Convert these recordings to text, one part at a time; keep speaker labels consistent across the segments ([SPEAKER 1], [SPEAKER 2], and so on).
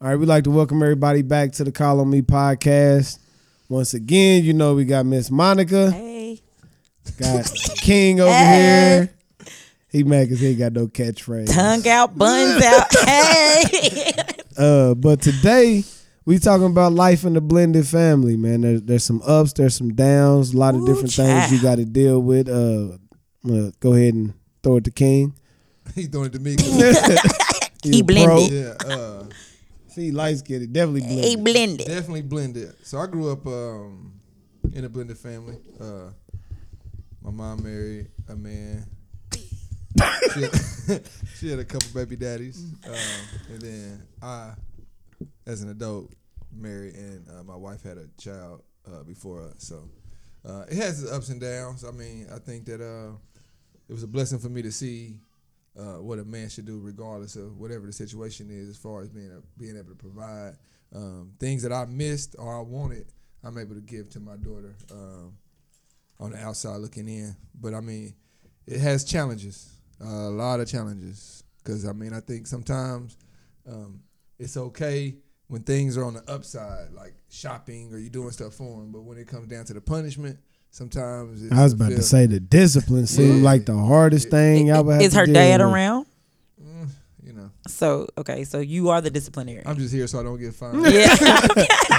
[SPEAKER 1] All right, we'd like to welcome everybody back to the Call on Me podcast. Once again, you know we got Miss Monica,
[SPEAKER 2] Hey.
[SPEAKER 1] got King over
[SPEAKER 2] Hey.
[SPEAKER 1] here. He mad because he ain't got no catchphrase.
[SPEAKER 2] Tongue out, buns out. Hey.
[SPEAKER 1] Uh, but today we talking about life in the blended family, man. There's, there's some ups, there's some downs, a lot of
[SPEAKER 2] Ooh,
[SPEAKER 1] different
[SPEAKER 2] child.
[SPEAKER 1] things you got to deal with. Uh, I'm gonna go ahead and throw it to King.
[SPEAKER 3] He's doing it to me. 'cause-
[SPEAKER 1] He a pro.
[SPEAKER 2] blended.
[SPEAKER 3] yeah, uh,
[SPEAKER 1] See, light skinned, it definitely blended.
[SPEAKER 2] He blended.
[SPEAKER 3] definitely blended. So I grew up um, in a blended family. Uh, my mom married a man. She had, she had a couple baby daddies, um, and then I, as an adult, married, and uh, my wife had a child uh, before us. So uh, it has its ups and downs. I mean, I think that uh, it was a blessing for me to see uh, what a man should do, regardless of whatever the situation is, as far as being a, being able to provide um, things that I missed or I wanted. I'm able to give to my daughter um, on the outside looking in. But I mean, it has challenges, a lot of challenges. Because I mean, I think sometimes um, it's okay when things are on the upside, like shopping or you doing stuff for them. But when it comes down to the punishment, sometimes it's
[SPEAKER 1] I was about to
[SPEAKER 3] feel-
[SPEAKER 1] say the discipline seemed
[SPEAKER 3] Yeah.
[SPEAKER 1] like the hardest thing I would have
[SPEAKER 2] Is
[SPEAKER 1] to
[SPEAKER 2] her
[SPEAKER 1] deal
[SPEAKER 2] dad
[SPEAKER 1] with.
[SPEAKER 2] around?
[SPEAKER 3] you know.
[SPEAKER 2] So, okay, so you are the disciplinarian.
[SPEAKER 3] I'm just here so I don't get fined.
[SPEAKER 2] Yeah.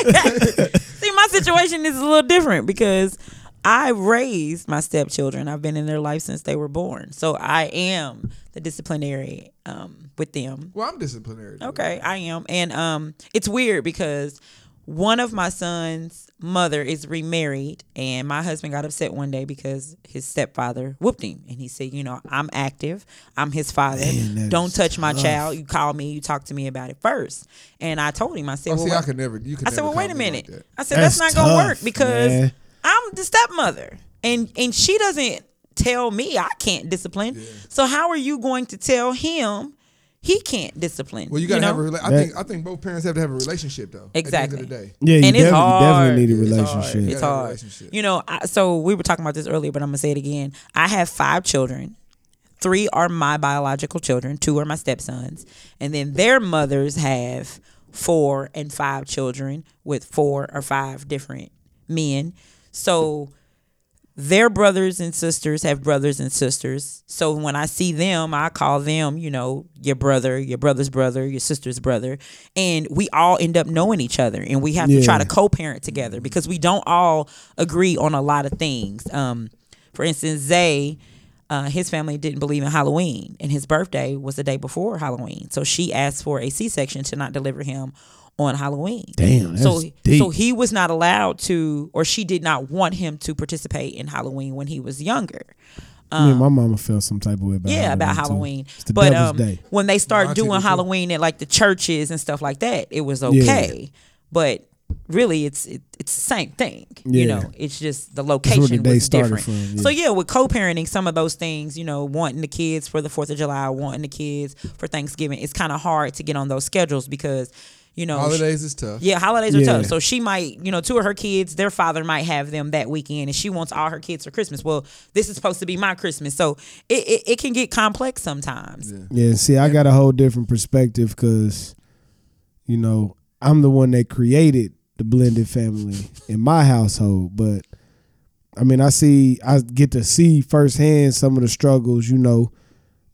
[SPEAKER 2] See, my situation is a little different because I raised my stepchildren. I've been in their life since they were born. So I am the disciplinary um, with them.
[SPEAKER 3] Well, I'm disciplinary. though.
[SPEAKER 2] Okay, I am. And um it's weird because one of my son's mother is remarried and my husband got upset one day because his stepfather whooped him and he said, "You know, I'm active. I'm his father.
[SPEAKER 1] that
[SPEAKER 2] Don't
[SPEAKER 1] is
[SPEAKER 2] touch my child. You call me, you talk to me about it first. And I told him I said,
[SPEAKER 3] Oh,
[SPEAKER 2] well,
[SPEAKER 3] see,
[SPEAKER 2] what-
[SPEAKER 3] I could never. You could.
[SPEAKER 2] I said,
[SPEAKER 3] never
[SPEAKER 2] "Well, wait a
[SPEAKER 3] call me
[SPEAKER 2] minute."
[SPEAKER 3] Like that.
[SPEAKER 2] I said, "That's,
[SPEAKER 1] That's
[SPEAKER 2] not gonna
[SPEAKER 1] tough,
[SPEAKER 2] work because
[SPEAKER 1] man.
[SPEAKER 2] I'm the stepmother, and and she doesn't tell me I can't discipline. So how are you going to tell him he can't discipline?
[SPEAKER 3] Well, you gotta
[SPEAKER 2] know?
[SPEAKER 3] have a. Rela- I
[SPEAKER 1] That-
[SPEAKER 3] think I think both parents have to have a relationship though.
[SPEAKER 2] Exactly.
[SPEAKER 3] At the end of the day.
[SPEAKER 1] Yeah, you
[SPEAKER 2] and it's
[SPEAKER 1] definitely,
[SPEAKER 2] hard.
[SPEAKER 1] definitely need a
[SPEAKER 2] It's hard.
[SPEAKER 1] relationship.
[SPEAKER 2] It's
[SPEAKER 3] Gotta have a
[SPEAKER 2] hard.
[SPEAKER 3] relationship.
[SPEAKER 2] You know, I, so we were talking about this earlier, but I'm gonna say it again. I have five children. Three are my biological children. Two are my stepsons, and then their mothers have four and five children with four or five different men. So their brothers and sisters have brothers and sisters. So when I see them, I call them, you know, your brother, your brother's brother, your sister's brother. And we all end up knowing each other and we have
[SPEAKER 1] Yeah.
[SPEAKER 2] to try to co parent together because we don't all agree on a lot of things. Um, for instance, Zay, uh, his family didn't believe in Halloween and his birthday was the day before Halloween. So she asked for a C section to not deliver him on Halloween.
[SPEAKER 1] Damn,
[SPEAKER 2] so
[SPEAKER 1] that's deep.
[SPEAKER 2] so he was not allowed to, or she did not want him to participate in Halloween when he was younger.
[SPEAKER 1] Me and my mama felt some type of way about
[SPEAKER 2] Uh-huh. Yeah,
[SPEAKER 1] Halloween
[SPEAKER 2] about
[SPEAKER 1] too.
[SPEAKER 2] Halloween.
[SPEAKER 1] It's the
[SPEAKER 2] but
[SPEAKER 1] devil's
[SPEAKER 2] um,
[SPEAKER 1] day.
[SPEAKER 2] when they start
[SPEAKER 3] My auntie
[SPEAKER 2] doing
[SPEAKER 3] was too.
[SPEAKER 2] Halloween at like the churches and stuff like that, it was okay. But really, it's it, it's the same thing. You
[SPEAKER 1] Yeah.
[SPEAKER 2] know, it's just the
[SPEAKER 1] the
[SPEAKER 2] location
[SPEAKER 1] day
[SPEAKER 2] was
[SPEAKER 1] started
[SPEAKER 2] different.
[SPEAKER 1] from, yeah.
[SPEAKER 2] So yeah, with co-parenting, some of those things, you know, wanting the kids for the Fourth of July, wanting the kids for Thanksgiving, it's kind of hard to get on those schedules because. You know, she-
[SPEAKER 3] Holidays is tough.
[SPEAKER 2] yeah, holidays are
[SPEAKER 1] Yeah.
[SPEAKER 2] tough. So she might, you know, two of her kids, their father might have them that weekend, and she wants all her kids for Christmas. Well, this is supposed to be my Christmas, so it it, it can get complex sometimes.
[SPEAKER 1] Yeah, see, I got a whole different perspective because, you know, I'm the one that created the blended family in my household. But I mean, I see, I get to see firsthand some of the struggles. You know,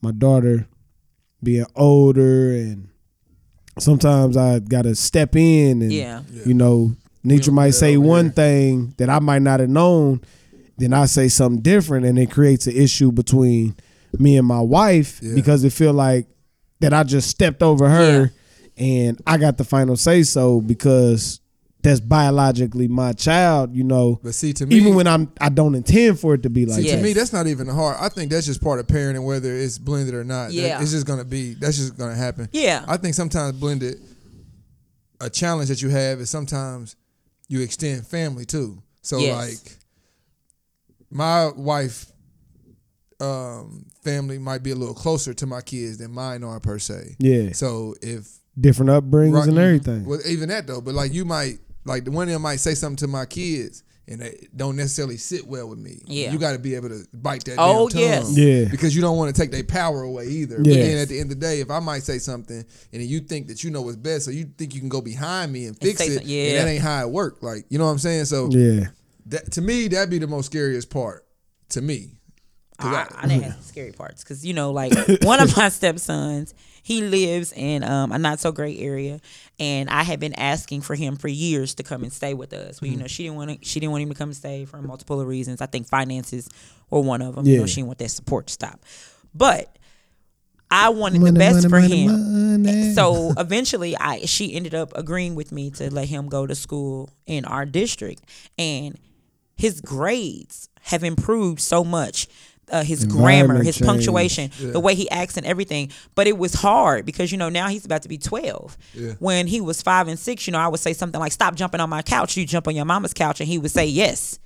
[SPEAKER 1] my daughter being older, and sometimes I got to step in, and
[SPEAKER 2] Yeah.
[SPEAKER 1] you know, Nietzsche
[SPEAKER 3] don't do
[SPEAKER 1] might
[SPEAKER 3] that
[SPEAKER 1] say
[SPEAKER 3] over
[SPEAKER 1] one
[SPEAKER 3] here.
[SPEAKER 1] thing that I might not have known. Then I say something different, and it creates an issue between me and my wife
[SPEAKER 3] Yeah.
[SPEAKER 1] because it feel like that I just stepped over her, and I got the final say so because that's biologically my child. You know,
[SPEAKER 3] But see, to me,
[SPEAKER 1] even when I'm I don't intend for it to be like
[SPEAKER 2] Yeah.
[SPEAKER 3] to
[SPEAKER 1] that.
[SPEAKER 3] me, that's not even hard. I think that's just part of parenting, whether it's blended or not. That-
[SPEAKER 2] Yeah.
[SPEAKER 3] it's just gonna be. That's just gonna happen.
[SPEAKER 2] Yeah.
[SPEAKER 3] I think sometimes blended, a challenge that you have is sometimes you extend family too. So
[SPEAKER 2] Yes.
[SPEAKER 3] like, my wife, um, family might be a little closer to my kids than mine are per se.
[SPEAKER 1] Yeah.
[SPEAKER 3] So if
[SPEAKER 1] Different upbringings
[SPEAKER 3] Right.
[SPEAKER 1] and everything.
[SPEAKER 3] Well, even that though, but like you might like the one of them might say something to my kids, and they don't necessarily sit well with me.
[SPEAKER 2] Yeah.
[SPEAKER 3] you got to be able to bite that.
[SPEAKER 2] Oh,
[SPEAKER 3] damn
[SPEAKER 2] yes.
[SPEAKER 3] tongue.
[SPEAKER 1] Yeah.
[SPEAKER 3] because you don't want to take their power away either. But
[SPEAKER 1] Yes.
[SPEAKER 3] then at the end of the day, if I might say something and then you think that you know what's best, so you think you can go behind me and fix
[SPEAKER 2] say
[SPEAKER 3] it,
[SPEAKER 2] some- yeah.
[SPEAKER 3] and that ain't how it worked. Like you know what I'm saying? So
[SPEAKER 1] Yeah.
[SPEAKER 3] that, to me, that'd be the most scariest part. To me, 'Cause
[SPEAKER 2] I,
[SPEAKER 3] I-
[SPEAKER 2] I didn't have Ah, some scary parts because you know, like one of my stepsons, he lives in um, a not so great area, and I had been asking for him for years to come and stay with us. Well,
[SPEAKER 1] Mm-hmm.
[SPEAKER 2] you know, she didn't want to, she didn't want him to come and stay for multiple reasons. I think finances were one of them. You know,
[SPEAKER 1] Yeah.
[SPEAKER 2] she didn't want that support to stop, but I wanted the best for him.
[SPEAKER 1] money.
[SPEAKER 2] So eventually, I she ended up agreeing with me to let him go to school in our district, and his grades have improved so much. Uh, his grammar,
[SPEAKER 1] Environment
[SPEAKER 2] his
[SPEAKER 1] changed.
[SPEAKER 2] punctuation, the way he acts and everything. But it was hard because you know now he's about to be twelve.
[SPEAKER 3] Yeah.
[SPEAKER 2] When he was five and six, you know I would say something like, "Stop jumping on my couch." You jump on your mama's couch, and he would say yes.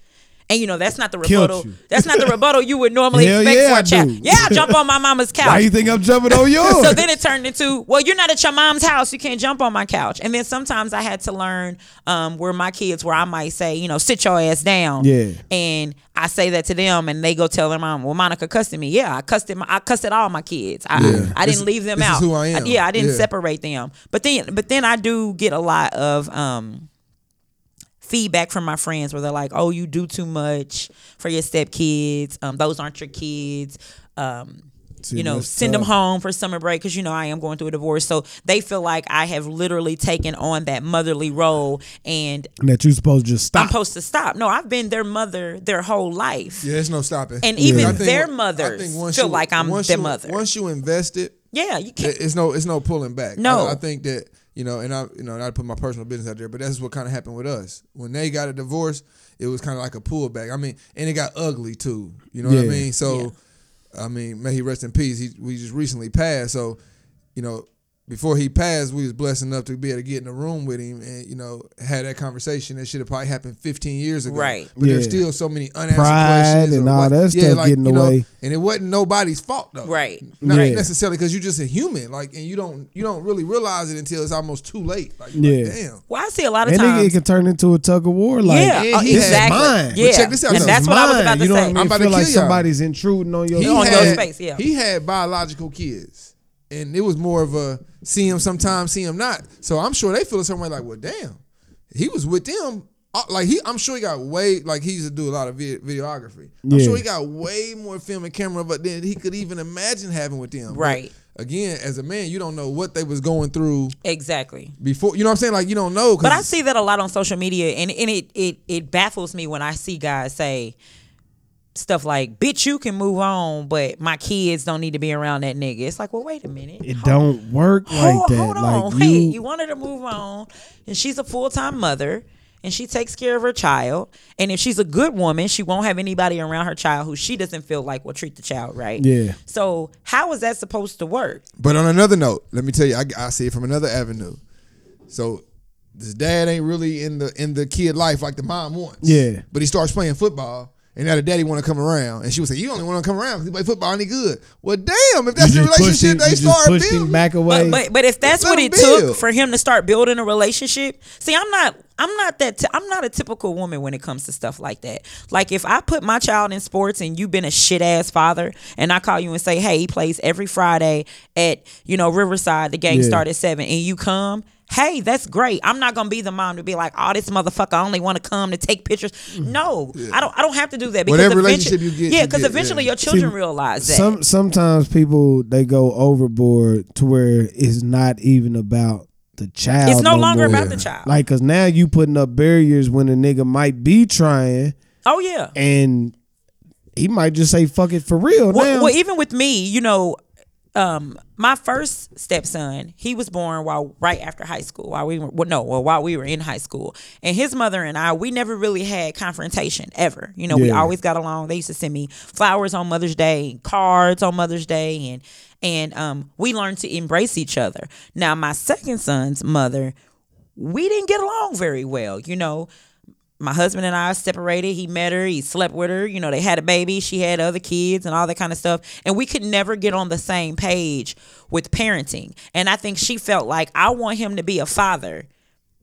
[SPEAKER 2] And you know that's not the
[SPEAKER 1] Killed
[SPEAKER 2] rebuttal.
[SPEAKER 1] you.
[SPEAKER 2] That's not the rebuttal you would normally
[SPEAKER 1] Hell
[SPEAKER 2] expect
[SPEAKER 1] yeah,
[SPEAKER 2] for
[SPEAKER 1] I
[SPEAKER 2] a child.
[SPEAKER 1] do.
[SPEAKER 2] Yeah, jump on my mama's couch.
[SPEAKER 1] Why you think I'm jumping on yours?
[SPEAKER 2] So then it turned into, well, you're not at your mom's house. You can't jump on my couch. And then sometimes I had to learn um, where my kids, where I might say, you know, sit your ass down.
[SPEAKER 1] Yeah.
[SPEAKER 2] And I say that to them, and they go tell their mom, well, Monica cussed at me. Yeah, I cussed at my, I cussed at all my kids. I,
[SPEAKER 3] Yeah.
[SPEAKER 2] I
[SPEAKER 3] This-
[SPEAKER 2] didn't leave them
[SPEAKER 3] this is
[SPEAKER 2] out.
[SPEAKER 3] who I am.
[SPEAKER 2] yeah, I didn't
[SPEAKER 3] Yeah.
[SPEAKER 2] separate them. But then, but then I do get a lot of. Um, feedback from my friends where they're like, "Oh, you do too much for your stepkids. Um, those aren't your kids." Um,
[SPEAKER 1] See,
[SPEAKER 2] you know,
[SPEAKER 1] that's
[SPEAKER 2] send them
[SPEAKER 1] tough.
[SPEAKER 2] home for summer break because you know I am going through a divorce, so they feel like I have literally taken on that motherly role, and
[SPEAKER 1] And that you supposed to just
[SPEAKER 2] I'm
[SPEAKER 1] stop.
[SPEAKER 2] supposed to stop. No, I've been their mother their whole life.
[SPEAKER 3] yeah, there's no stopping.
[SPEAKER 2] And even
[SPEAKER 3] I
[SPEAKER 2] their
[SPEAKER 3] I think
[SPEAKER 2] mothers
[SPEAKER 3] once
[SPEAKER 2] feel like I'm
[SPEAKER 3] once
[SPEAKER 2] their
[SPEAKER 3] you-
[SPEAKER 2] mother.
[SPEAKER 3] Once you invest it,
[SPEAKER 2] Yeah, you
[SPEAKER 3] it-
[SPEAKER 2] can't.
[SPEAKER 3] it's no it's no pulling back.
[SPEAKER 2] No.
[SPEAKER 3] I, I think that you know, and I you know, not to put my personal business out there, but that's what kind of happened with us when they got a divorce. It was kind of like a pullback. I mean, and it got ugly too. You know what I
[SPEAKER 1] Yeah.
[SPEAKER 3] mean? So, I mean, may he rest in peace. He we just recently passed, so you know. Before he passed, we was blessed enough to be able to get in the room with him and you know had that conversation. That should have probably happened 15 years ago,
[SPEAKER 2] Right.
[SPEAKER 3] But there's
[SPEAKER 1] Yeah.
[SPEAKER 3] still so many unanswered
[SPEAKER 1] Pride
[SPEAKER 3] questions
[SPEAKER 1] and
[SPEAKER 3] or
[SPEAKER 1] all
[SPEAKER 3] what-
[SPEAKER 1] that
[SPEAKER 3] yeah,
[SPEAKER 1] stuff
[SPEAKER 3] like,
[SPEAKER 1] get in the
[SPEAKER 3] you know,
[SPEAKER 1] way.
[SPEAKER 3] and it wasn't nobody's fault though,
[SPEAKER 2] Right.
[SPEAKER 3] Not
[SPEAKER 1] Yeah.
[SPEAKER 3] necessarily because you're just a human, like, and you don't you don't really realize it until it's almost too late. Like, yeah,
[SPEAKER 1] Yeah.
[SPEAKER 3] damn.
[SPEAKER 2] Well, I see a lot of
[SPEAKER 1] And it, it
[SPEAKER 2] times.
[SPEAKER 1] can turn into a tug of war. Like,
[SPEAKER 2] yeah,
[SPEAKER 3] Yeah,
[SPEAKER 2] uh,
[SPEAKER 3] he had
[SPEAKER 2] exactly.
[SPEAKER 1] mine. But
[SPEAKER 2] Yeah,
[SPEAKER 3] check this out,
[SPEAKER 2] and
[SPEAKER 3] though.
[SPEAKER 2] that's what I was about
[SPEAKER 1] mine,
[SPEAKER 2] to
[SPEAKER 1] you know
[SPEAKER 2] say.
[SPEAKER 1] What I mean?
[SPEAKER 3] I'm about to
[SPEAKER 1] feel like
[SPEAKER 3] kill y'all.
[SPEAKER 1] somebody's intruding on your.
[SPEAKER 3] He
[SPEAKER 2] on your
[SPEAKER 3] had-
[SPEAKER 2] space, yeah.
[SPEAKER 3] he had biological kids, and it was more of a see him sometimes, see him not. So I'm sure they feel some way like, well, damn, he was with them. uh, Like he, I'm sure he got way like he used to do a lot of vid- videography. I'm
[SPEAKER 1] Yeah.
[SPEAKER 3] sure he got way more film and camera, but then he could even imagine having with them. But
[SPEAKER 2] Right.
[SPEAKER 3] again, as a man, you don't know what they was going through
[SPEAKER 2] Exactly.
[SPEAKER 3] before. You know what I'm saying? Like you don't know. 'cause
[SPEAKER 2] But I see that a lot on social media, and, and it, it it baffles me when I see guys say stuff like, "Bitch, you can move on, but my kids don't need to be around that nigga." It's like, well, wait a minute.
[SPEAKER 1] It don't work like
[SPEAKER 2] hold,
[SPEAKER 1] that.
[SPEAKER 2] hold on,
[SPEAKER 1] like
[SPEAKER 2] hey,
[SPEAKER 1] you,
[SPEAKER 2] you, wanted to move on, and she's a full time mother, and she takes care of her child. And if she's a good woman, she won't have anybody around her child who she doesn't feel like will treat the child right.
[SPEAKER 1] Yeah.
[SPEAKER 2] So how is that supposed to work?
[SPEAKER 3] But on another note, let me tell you, I, I see it from another avenue. So this dad ain't really in the in the kid life like the mom wants.
[SPEAKER 1] Yeah.
[SPEAKER 3] But he starts playing football. And now the daddy want to come around, and she would say, "You only want to come around because he play football and he good." Well, damn, if that's
[SPEAKER 1] you
[SPEAKER 3] the
[SPEAKER 1] just pushed
[SPEAKER 3] relationship
[SPEAKER 1] him,
[SPEAKER 3] they
[SPEAKER 1] you just
[SPEAKER 3] start
[SPEAKER 1] pushed him
[SPEAKER 3] building,
[SPEAKER 1] back away.
[SPEAKER 2] But, but but if that's
[SPEAKER 3] Let
[SPEAKER 2] what
[SPEAKER 3] him
[SPEAKER 2] it took
[SPEAKER 3] build.
[SPEAKER 2] for him to start building a relationship, see, I'm not I'm not that i I'm not a typical woman when it comes to stuff like that. Like if I put my child in sports and you've been a shit ass father, and I call you and say, hey, he plays every Friday at you know Riverside. The game
[SPEAKER 1] Yeah.
[SPEAKER 2] started at seven, and you come. Hey, that's great. I'm not gonna be the mom to be like, oh, this motherfucker only want to come to take pictures. No, I don't. I don't have to do that because
[SPEAKER 3] Mm-hmm. Whatever
[SPEAKER 2] eventu-
[SPEAKER 3] relationship you get,
[SPEAKER 2] yeah,
[SPEAKER 3] you
[SPEAKER 2] because
[SPEAKER 3] get,
[SPEAKER 2] eventually
[SPEAKER 3] yeah.
[SPEAKER 2] your children realize that.
[SPEAKER 1] Some sometimes people they go overboard to where it's not even about the child.
[SPEAKER 2] it's no longer
[SPEAKER 1] more.
[SPEAKER 2] about the child.
[SPEAKER 1] Like, cause now you putting up barriers when a nigga might be trying,
[SPEAKER 2] oh yeah.
[SPEAKER 1] and he might just say "fuck it" for real.
[SPEAKER 2] well,
[SPEAKER 1] now,
[SPEAKER 2] well, even with me, you know, um, my first stepson, he was born while right after high school, while we were well, no, well, while we were in high school, and his mother and I, we never really had confrontation ever. You know, we
[SPEAKER 1] Yeah.
[SPEAKER 2] always got along. They used to send me flowers on Mother's Day, cards on Mother's Day, and and um, we learned to embrace each other. Now, my second son's mother, we didn't get along very well. You know, my husband and I separated. He met her, he slept with her. You know, they had a baby, she had other kids and all that kind of stuff. And we could never get on the same page with parenting. And I think she felt like, I want him to be a father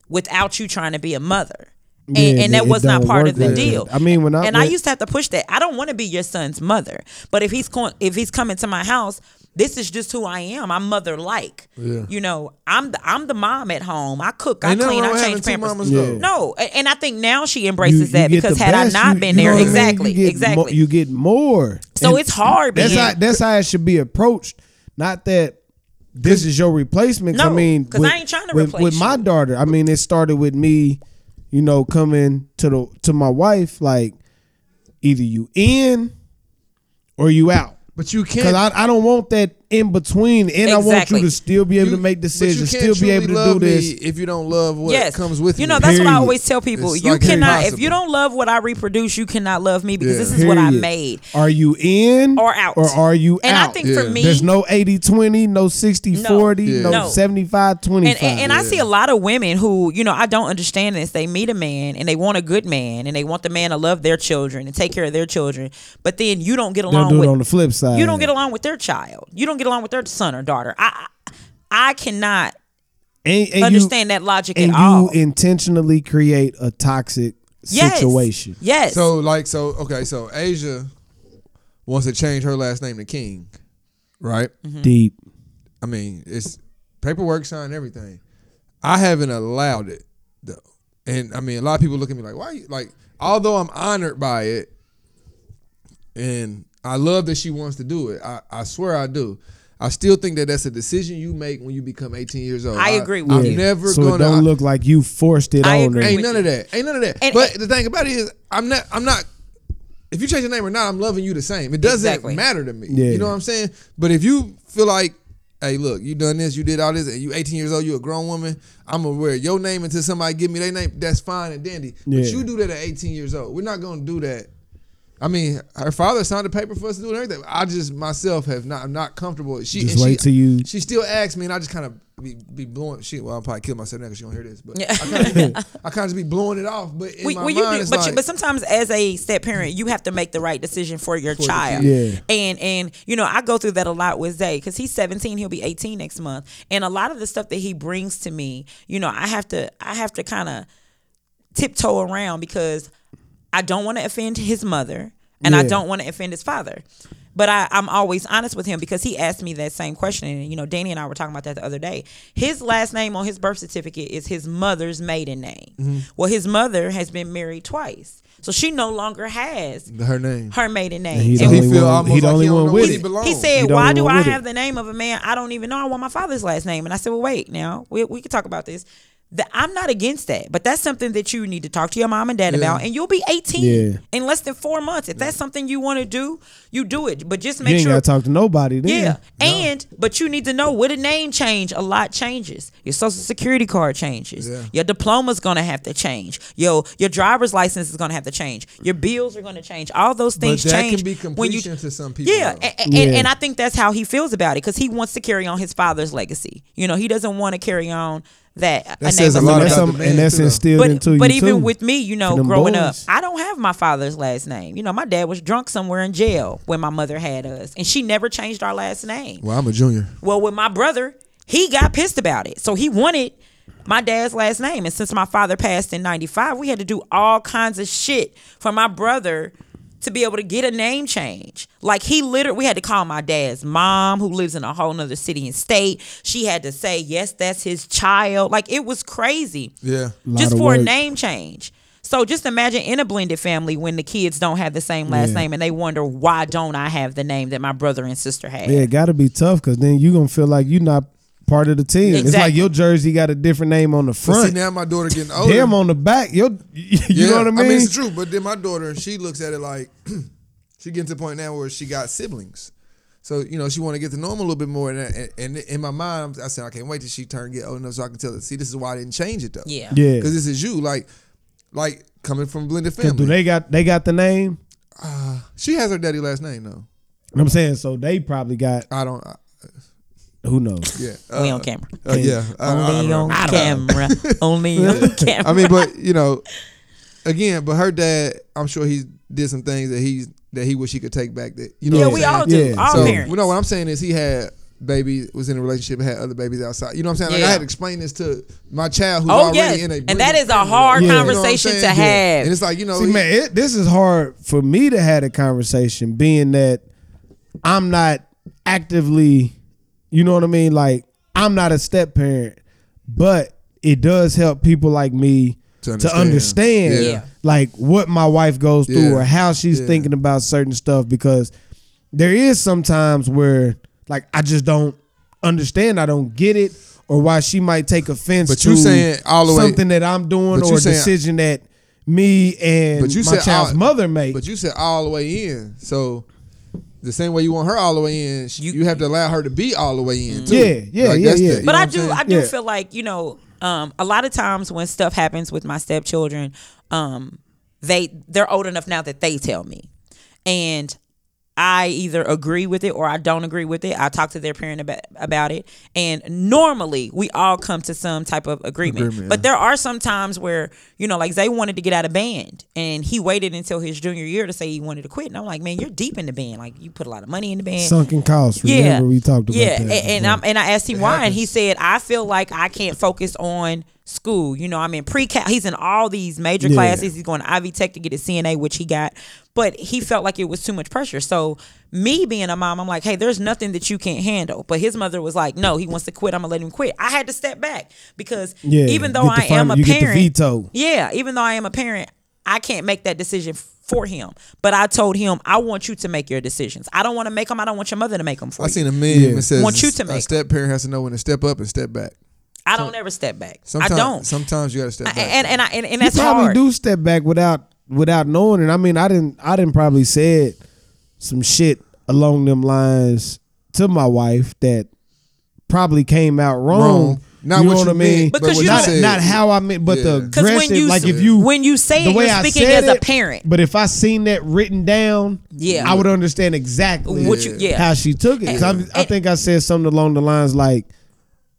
[SPEAKER 2] without you trying to be a mother. and,
[SPEAKER 1] Yeah,
[SPEAKER 2] and that
[SPEAKER 1] it
[SPEAKER 2] was not
[SPEAKER 1] don't
[SPEAKER 2] part
[SPEAKER 1] work
[SPEAKER 2] of the
[SPEAKER 1] like that.
[SPEAKER 2] deal.
[SPEAKER 1] I mean, when I
[SPEAKER 2] and I
[SPEAKER 1] went-
[SPEAKER 2] used to have to push that. I don't want to be your son's mother, but if he's going, if he's coming to my house, this is just who I am. I'm mother like.
[SPEAKER 3] Yeah.
[SPEAKER 2] You know, I'm the I'm the mom at home. I cook, I
[SPEAKER 3] Ain't nothing
[SPEAKER 2] clean,
[SPEAKER 3] wrong with
[SPEAKER 2] I
[SPEAKER 3] having
[SPEAKER 2] change
[SPEAKER 3] two
[SPEAKER 2] pampers.
[SPEAKER 3] mamas, though.
[SPEAKER 2] No, a- and I think now she embraces
[SPEAKER 1] You- you
[SPEAKER 2] that
[SPEAKER 1] get
[SPEAKER 2] because
[SPEAKER 1] the
[SPEAKER 2] had
[SPEAKER 1] best,
[SPEAKER 2] I not
[SPEAKER 1] you-
[SPEAKER 2] been
[SPEAKER 1] you know
[SPEAKER 2] there,
[SPEAKER 1] what I mean?
[SPEAKER 2] exactly,
[SPEAKER 1] You get mo-
[SPEAKER 2] exactly.
[SPEAKER 1] you get more.
[SPEAKER 2] so
[SPEAKER 1] And
[SPEAKER 2] it's hard
[SPEAKER 1] That's
[SPEAKER 2] being
[SPEAKER 1] how that's how it should be approached. Not that this is your replacement. 'cause I
[SPEAKER 2] No,
[SPEAKER 1] mean,
[SPEAKER 2] 'cause I
[SPEAKER 1] with-
[SPEAKER 2] ain't trying to
[SPEAKER 1] with,
[SPEAKER 2] replace
[SPEAKER 1] with my
[SPEAKER 2] you.
[SPEAKER 1] daughter. I mean, it started with me, you know, coming to the to my wife like either you in or you out.
[SPEAKER 3] But you can't.
[SPEAKER 1] Because I, I don't want that in between, and I want you
[SPEAKER 2] Exactly.
[SPEAKER 1] to still be able
[SPEAKER 3] you-
[SPEAKER 1] to make
[SPEAKER 3] but
[SPEAKER 1] decisions,
[SPEAKER 3] you can't
[SPEAKER 1] still be able to
[SPEAKER 3] truly
[SPEAKER 1] do
[SPEAKER 3] love me
[SPEAKER 1] this.
[SPEAKER 3] if you don't love what
[SPEAKER 2] yes.
[SPEAKER 3] comes with
[SPEAKER 2] you
[SPEAKER 3] me.
[SPEAKER 2] know that's what I
[SPEAKER 1] Period.
[SPEAKER 2] always tell people.
[SPEAKER 3] It's
[SPEAKER 2] you
[SPEAKER 3] like
[SPEAKER 2] cannot if
[SPEAKER 3] impossible.
[SPEAKER 2] you don't love what I reproduce, you cannot love me because
[SPEAKER 3] Yeah.
[SPEAKER 2] this is what I
[SPEAKER 1] Period.
[SPEAKER 2] made.
[SPEAKER 1] Are you in
[SPEAKER 2] Or out.
[SPEAKER 1] Or are you
[SPEAKER 2] And
[SPEAKER 1] out?
[SPEAKER 2] I think for
[SPEAKER 3] Yeah.
[SPEAKER 2] me,
[SPEAKER 1] There's no 80 20, no 60 40,
[SPEAKER 3] Yeah.
[SPEAKER 1] no
[SPEAKER 2] No.
[SPEAKER 1] 75 25.
[SPEAKER 2] and, and, and I see a lot of women who, you know, I don't understand this. They meet a man and they want a good man and they want the man to love their children and take care of their children, but then you don't get
[SPEAKER 1] They'll
[SPEAKER 2] along
[SPEAKER 1] do it
[SPEAKER 2] with
[SPEAKER 1] on the flip side.
[SPEAKER 2] you don't get along with their child. You don't get along with their son or daughter. I I, I cannot
[SPEAKER 1] and, and you-
[SPEAKER 2] understand that logic
[SPEAKER 1] and
[SPEAKER 2] at
[SPEAKER 1] you
[SPEAKER 2] all.
[SPEAKER 1] intentionally create a toxic
[SPEAKER 2] yes.
[SPEAKER 1] situation.
[SPEAKER 2] Yes.
[SPEAKER 3] So like so okay so Asia wants to change her last name to King, right?
[SPEAKER 1] Deep.
[SPEAKER 3] I mean it's paperwork signed everything. I haven't allowed it though, and I mean a lot of people look at me like why you like although I'm honored by it, and I love that she wants to do it. I, I swear I do. I still think that that's a decision you make when you become 18 years old.
[SPEAKER 2] I agree with
[SPEAKER 3] I'm
[SPEAKER 2] you.
[SPEAKER 3] never
[SPEAKER 1] so
[SPEAKER 3] gonna
[SPEAKER 1] it don't look like you forced it
[SPEAKER 2] I
[SPEAKER 1] on
[SPEAKER 2] agree
[SPEAKER 1] her.
[SPEAKER 3] Ain't
[SPEAKER 2] with
[SPEAKER 3] none
[SPEAKER 2] you.
[SPEAKER 3] of that. Ain't none of that.
[SPEAKER 2] And-
[SPEAKER 3] but
[SPEAKER 2] and-
[SPEAKER 3] the thing about it is, I'm not. I'm not. If you change your name or not, I'm loving you the same. It doesn't
[SPEAKER 2] Exactly.
[SPEAKER 3] matter to me.
[SPEAKER 1] Yeah.
[SPEAKER 3] You know what I'm saying? But if you feel like, hey, look, you done this, you did all this, and you 18 years old, you a grown woman. I'm gonna wear your name until somebody give me their name. That's fine and dandy.
[SPEAKER 1] Yeah.
[SPEAKER 3] But you do that at 18 years old. We're not gonna do that. I mean, her father signed a paper for us to do and everything. I just myself have not. I'm not comfortable. She
[SPEAKER 1] Just
[SPEAKER 3] and
[SPEAKER 1] wait
[SPEAKER 3] she,
[SPEAKER 1] till you-
[SPEAKER 3] She still asks me, and I just kind of be, be blowing shit. Well, I'll probably kill myself now because she don't hear this. But
[SPEAKER 2] Yeah.
[SPEAKER 3] I kind of I kind of just be blowing it off. But in
[SPEAKER 2] We-
[SPEAKER 3] my
[SPEAKER 2] well,
[SPEAKER 3] mind,
[SPEAKER 2] you do-
[SPEAKER 3] it's
[SPEAKER 2] but,
[SPEAKER 3] like,
[SPEAKER 2] you, but sometimes as a step parent, you have to make the right decision for your
[SPEAKER 3] your
[SPEAKER 2] child.
[SPEAKER 1] kid.
[SPEAKER 2] And and you know, I go through that a lot with Zay because he's 17, he'll be 18 next month, and a lot of the stuff that he brings to me, you know, I have to I have to kind of tiptoe around because I don't want to offend his mother and I
[SPEAKER 1] Yeah.
[SPEAKER 2] don't want to offend his father. But I, I'm always honest with him because he asked me that same question. And, you know, Danny and I were talking about that the other day. His last name on his birth certificate is his mother's maiden name.
[SPEAKER 1] Mm-hmm.
[SPEAKER 2] Well, his mother has been married twice. So she no longer has
[SPEAKER 3] her name.
[SPEAKER 2] her maiden name.
[SPEAKER 1] he
[SPEAKER 2] And
[SPEAKER 1] the
[SPEAKER 3] he
[SPEAKER 1] only
[SPEAKER 3] feel
[SPEAKER 1] one-
[SPEAKER 3] almost
[SPEAKER 1] he the
[SPEAKER 3] like
[SPEAKER 1] only
[SPEAKER 3] he don't
[SPEAKER 1] one
[SPEAKER 3] know
[SPEAKER 1] with
[SPEAKER 3] where he
[SPEAKER 1] it.
[SPEAKER 3] belong.
[SPEAKER 2] he
[SPEAKER 1] He
[SPEAKER 2] said,
[SPEAKER 1] the
[SPEAKER 2] "Why
[SPEAKER 1] only
[SPEAKER 2] do
[SPEAKER 1] one
[SPEAKER 2] I
[SPEAKER 1] with it."
[SPEAKER 2] have the name of a man? I don't even know. I want my father's last name." And I said, "Well, wait. Now we we can talk about this. That I'm not against that, but that's something that you need to talk to your mom and dad about. And you'll be 18
[SPEAKER 1] Yeah.
[SPEAKER 2] in less than four months. If that's something you want to do, you do it. But just
[SPEAKER 1] You
[SPEAKER 2] make
[SPEAKER 1] ain't
[SPEAKER 2] sure."
[SPEAKER 1] got to talk to nobody then.
[SPEAKER 2] yeah, and but you need to know with a name change, a lot changes. Your social security card changes.
[SPEAKER 3] Yeah.
[SPEAKER 2] Your diploma's gonna have to change. Your your driver's license is gonna have to change. Your bills are gonna change. All those
[SPEAKER 3] But
[SPEAKER 2] things
[SPEAKER 3] that
[SPEAKER 2] change
[SPEAKER 3] can be
[SPEAKER 2] when you
[SPEAKER 3] completion to some people.
[SPEAKER 2] yeah,
[SPEAKER 3] though.
[SPEAKER 2] and, and,
[SPEAKER 1] Yeah.
[SPEAKER 2] and I think that's how he feels about it because he wants to carry on his father's legacy. You know, he doesn't want to carry on that. name
[SPEAKER 3] says a
[SPEAKER 2] of
[SPEAKER 1] And
[SPEAKER 2] somebody
[SPEAKER 3] lot
[SPEAKER 1] that's,
[SPEAKER 3] about
[SPEAKER 2] else.
[SPEAKER 1] some,
[SPEAKER 3] the
[SPEAKER 1] and
[SPEAKER 3] man,
[SPEAKER 1] that's
[SPEAKER 3] too, though.
[SPEAKER 1] instilled
[SPEAKER 2] But
[SPEAKER 1] into you.
[SPEAKER 2] but even
[SPEAKER 1] too.
[SPEAKER 2] with me, you know,
[SPEAKER 1] For them
[SPEAKER 2] growing up,
[SPEAKER 1] boys.
[SPEAKER 2] I don't have my father's last name. You know, my dad was drunk somewhere in jail when my mother had us, and she never changed our last name.
[SPEAKER 3] Well, I'm a junior.
[SPEAKER 2] Well, with my brother, he got pissed about it. So he wanted my dad's last name. And since my father passed in 95, we had to do all kinds of shit for my brother to be able to get a name change. Like he literally, we had to call my dad's mom, who lives in a whole nother city and state. She had to say, yes, that's his child. Like it was crazy
[SPEAKER 3] Yeah.
[SPEAKER 1] Lot
[SPEAKER 2] just
[SPEAKER 1] of
[SPEAKER 2] for a
[SPEAKER 1] work.
[SPEAKER 2] name change. So just imagine in a blended family when the kids don't have the same last
[SPEAKER 1] Yeah.
[SPEAKER 2] name and they wonder why don't I have the name that my brother and sister had.
[SPEAKER 1] Yeah, it got to be tough because then you going to feel like you're not part of the team. It's like
[SPEAKER 2] Exactly.
[SPEAKER 1] your jersey got a different name on the
[SPEAKER 3] But see,
[SPEAKER 1] front.
[SPEAKER 3] now my daughter getting older.
[SPEAKER 1] Damn on the back. Your, you
[SPEAKER 3] Oh, Yeah.
[SPEAKER 1] know what I mean?
[SPEAKER 3] it's true. But then my daughter, she looks at it like she getting to the point now where she got siblings. So you know she want to get to know him a little bit more, and, and, and in my mind, I said I can't wait till she turn get old enough so I can tell her. See, this is why I didn't change it though.
[SPEAKER 2] Yeah.
[SPEAKER 1] Yeah.
[SPEAKER 3] because this is you. Like, like coming from a blended
[SPEAKER 1] Do
[SPEAKER 3] family,
[SPEAKER 1] they got they got the name?
[SPEAKER 3] she has her daddy last name though.
[SPEAKER 1] I'm saying so they probably got
[SPEAKER 3] I don't. I,
[SPEAKER 1] who knows.
[SPEAKER 3] yeah,
[SPEAKER 2] we
[SPEAKER 3] uh,
[SPEAKER 2] on camera.
[SPEAKER 3] uh, yeah. I, I- I don't
[SPEAKER 2] Only
[SPEAKER 3] know.
[SPEAKER 2] on camera. Only on camera.
[SPEAKER 3] I mean, but you know, again, but her dad, I'm sure he did some things that he's that he wish he could take back. That you know,
[SPEAKER 2] yeah,
[SPEAKER 3] what I'm
[SPEAKER 2] we
[SPEAKER 3] saying?
[SPEAKER 2] all do.
[SPEAKER 1] Yeah.
[SPEAKER 2] All
[SPEAKER 3] So,
[SPEAKER 2] parents.
[SPEAKER 3] No, what I'm saying is he had baby was in a relationship and had other babies outside. You know what I'm saying? Like I
[SPEAKER 2] Yeah.
[SPEAKER 3] had to explain this to my child who's
[SPEAKER 2] Oh
[SPEAKER 3] already
[SPEAKER 2] yes,
[SPEAKER 3] in a
[SPEAKER 2] and that is a hard
[SPEAKER 1] Yeah.
[SPEAKER 3] You know what I'm
[SPEAKER 2] conversation
[SPEAKER 3] saying?
[SPEAKER 2] to
[SPEAKER 3] Yeah.
[SPEAKER 2] have.
[SPEAKER 3] And it's like, you know,
[SPEAKER 1] See,
[SPEAKER 3] he-
[SPEAKER 1] man, it, this is hard for me to have a conversation, being that I'm not actively, you know what I mean. Like I'm not a step parent, but it does help people like me
[SPEAKER 3] To
[SPEAKER 1] to
[SPEAKER 3] understand.
[SPEAKER 1] understand,
[SPEAKER 3] Yeah.
[SPEAKER 2] Yeah.
[SPEAKER 1] like what my wife goes through
[SPEAKER 3] Yeah.
[SPEAKER 1] or how she's
[SPEAKER 3] Yeah.
[SPEAKER 1] thinking about certain stuff. Because there is sometimes where, like, I just don't understand. I don't get it. Or why she might take offense
[SPEAKER 3] But
[SPEAKER 1] to
[SPEAKER 3] you saying all the way-
[SPEAKER 1] something that I'm doing
[SPEAKER 3] But you
[SPEAKER 1] or a
[SPEAKER 3] saying-
[SPEAKER 1] decision that me and
[SPEAKER 3] But you
[SPEAKER 1] my
[SPEAKER 3] said
[SPEAKER 1] child's
[SPEAKER 3] all-
[SPEAKER 1] mother made.
[SPEAKER 3] But you said all the way in. So the same way you want her all the way in, sh- you,
[SPEAKER 2] You- Mm-hmm.
[SPEAKER 3] have to allow her to be all the way in too.
[SPEAKER 1] Yeah, yeah, yeah,
[SPEAKER 3] that's
[SPEAKER 1] yeah.
[SPEAKER 3] you
[SPEAKER 1] But
[SPEAKER 2] but
[SPEAKER 3] know
[SPEAKER 2] I
[SPEAKER 3] what I'm
[SPEAKER 2] do,
[SPEAKER 3] saying?
[SPEAKER 2] I do
[SPEAKER 1] Yeah.
[SPEAKER 2] feel like you know, um, a lot of times when stuff happens with my stepchildren, um, they they're old enough now that they tell me, and I either agree with it or I don't agree with it. I talk to their parent about, about it, and normally we all come to some type of agreement.
[SPEAKER 3] Agreement,
[SPEAKER 2] But there are some times where you know, like Zay wanted to get out of band, and he waited until his junior year to say he wanted to quit. And I'm like, man, you're deep in the band. Like you put a lot of money in the band
[SPEAKER 1] Sunken costs. Remember
[SPEAKER 2] yeah,
[SPEAKER 1] we talked about
[SPEAKER 2] yeah.
[SPEAKER 1] that.
[SPEAKER 2] and, and I'm and I asked him why, and he said, "I feel like I can't focus on school. You know, I'm in pre cal. He's in all these major
[SPEAKER 1] Yeah.
[SPEAKER 2] classes. He's going to Ivy Tech to get his CNA, which he got, but he felt like it was too much pressure. So me being a mom, I'm like, hey, there's nothing that you can't handle. But his mother was like, no, he wants to quit. I'm gonna let him quit. I had to step back because
[SPEAKER 1] Yeah,
[SPEAKER 2] even though
[SPEAKER 1] get the
[SPEAKER 2] I am
[SPEAKER 1] final-
[SPEAKER 2] a
[SPEAKER 1] you get the
[SPEAKER 2] parent,
[SPEAKER 1] veto.
[SPEAKER 2] yeah, even though I am a parent, I can't make that decision for him. But I told him, I want you to make your decisions. I don't want to make them. I don't want your mother to make them for
[SPEAKER 3] I
[SPEAKER 2] you.
[SPEAKER 3] seen a meme
[SPEAKER 1] Yeah.
[SPEAKER 3] that says
[SPEAKER 2] Want you to
[SPEAKER 3] a
[SPEAKER 2] make-
[SPEAKER 3] step parent has to know when to step up and step back.
[SPEAKER 2] I don't ever step back. I
[SPEAKER 3] Sometimes,
[SPEAKER 2] don't.
[SPEAKER 3] Sometimes you got to step
[SPEAKER 2] I-
[SPEAKER 3] back.
[SPEAKER 2] and and I, and, and
[SPEAKER 1] you
[SPEAKER 2] that's
[SPEAKER 1] probably
[SPEAKER 2] hard.
[SPEAKER 1] do step back without without knowing it. I mean, I didn't I didn't probably said some shit along them lines to my wife that probably came out wrong.
[SPEAKER 3] Wrong. Not
[SPEAKER 1] you
[SPEAKER 3] what
[SPEAKER 1] know
[SPEAKER 3] you
[SPEAKER 1] what I mean?
[SPEAKER 3] meant,
[SPEAKER 2] but Because what you
[SPEAKER 1] not,
[SPEAKER 2] said.
[SPEAKER 1] not how I meant, but the
[SPEAKER 3] Yeah.
[SPEAKER 2] 'Cause when
[SPEAKER 1] aggressive.
[SPEAKER 2] you-
[SPEAKER 1] like if you
[SPEAKER 2] when you say
[SPEAKER 1] the
[SPEAKER 2] it,
[SPEAKER 1] way
[SPEAKER 2] you're
[SPEAKER 1] I
[SPEAKER 2] speaking
[SPEAKER 1] said
[SPEAKER 2] as a
[SPEAKER 1] it,
[SPEAKER 2] parent.
[SPEAKER 1] But if I seen that written down,
[SPEAKER 2] Yeah.
[SPEAKER 1] I would understand exactly
[SPEAKER 2] What you- yeah.
[SPEAKER 1] how she took it. 'Cause I'm- I,
[SPEAKER 2] And-
[SPEAKER 1] think I said something along the lines like,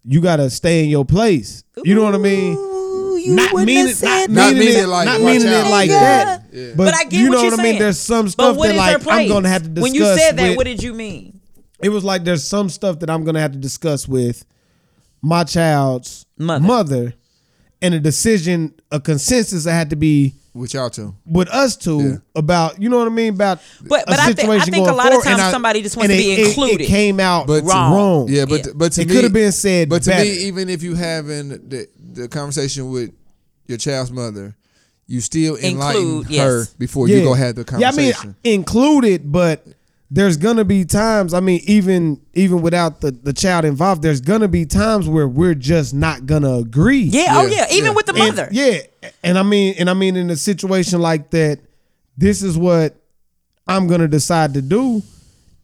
[SPEAKER 1] "You gotta stay in your place." You know what I mean?
[SPEAKER 2] Ooh, you
[SPEAKER 1] not
[SPEAKER 2] wouldn't
[SPEAKER 1] mean
[SPEAKER 2] have
[SPEAKER 1] it, not,
[SPEAKER 2] said
[SPEAKER 3] Not
[SPEAKER 1] meaning
[SPEAKER 3] meaning
[SPEAKER 1] it
[SPEAKER 3] like,
[SPEAKER 1] like, not
[SPEAKER 3] watch
[SPEAKER 1] meaning
[SPEAKER 3] out.
[SPEAKER 1] it like
[SPEAKER 2] Yeah.
[SPEAKER 1] that.
[SPEAKER 3] Yeah.
[SPEAKER 1] But,
[SPEAKER 2] But I get
[SPEAKER 1] you
[SPEAKER 2] what
[SPEAKER 1] know
[SPEAKER 2] you're
[SPEAKER 1] what I mean.
[SPEAKER 2] saying.
[SPEAKER 1] There's some
[SPEAKER 2] But
[SPEAKER 1] stuff
[SPEAKER 2] what
[SPEAKER 1] that
[SPEAKER 2] is her
[SPEAKER 1] like
[SPEAKER 2] place?
[SPEAKER 1] I'm gonna have to discuss.
[SPEAKER 2] When you said that,
[SPEAKER 1] with-
[SPEAKER 2] what did you mean?
[SPEAKER 1] it was like there's some stuff that I'm gonna have to discuss with my child's
[SPEAKER 2] Mother.
[SPEAKER 1] and a decision, a consensus that had to be
[SPEAKER 3] with y'all two.
[SPEAKER 1] with us two
[SPEAKER 3] Yeah.
[SPEAKER 1] about you know what I mean about
[SPEAKER 2] But- but I think- I think a
[SPEAKER 1] going
[SPEAKER 2] lot of
[SPEAKER 1] forward, and
[SPEAKER 2] times
[SPEAKER 1] I-
[SPEAKER 2] somebody just wants
[SPEAKER 1] and
[SPEAKER 2] to be
[SPEAKER 1] it- it-
[SPEAKER 2] included.
[SPEAKER 1] It came out
[SPEAKER 3] But to-
[SPEAKER 1] wrong.
[SPEAKER 2] Wrong.
[SPEAKER 3] Yeah, but
[SPEAKER 2] Yeah.
[SPEAKER 3] but to
[SPEAKER 1] It
[SPEAKER 3] me-
[SPEAKER 1] could've been said
[SPEAKER 3] But to
[SPEAKER 1] better.
[SPEAKER 3] me, even if you having the, the conversation with your child's mother, you still enlighten
[SPEAKER 2] Include, yes.
[SPEAKER 3] her before you go have the conversation.
[SPEAKER 1] Yeah, I mean included, but there's gonna be times. I mean, even even without the the child involved, there's gonna be times where we're just not gonna agree.
[SPEAKER 2] Yeah, oh
[SPEAKER 3] Yeah,
[SPEAKER 2] yeah, even
[SPEAKER 3] yeah.
[SPEAKER 2] with the
[SPEAKER 1] And-
[SPEAKER 2] mother.
[SPEAKER 1] yeah, and I mean, and I mean, in a situation like that, this is what I'm gonna decide to do,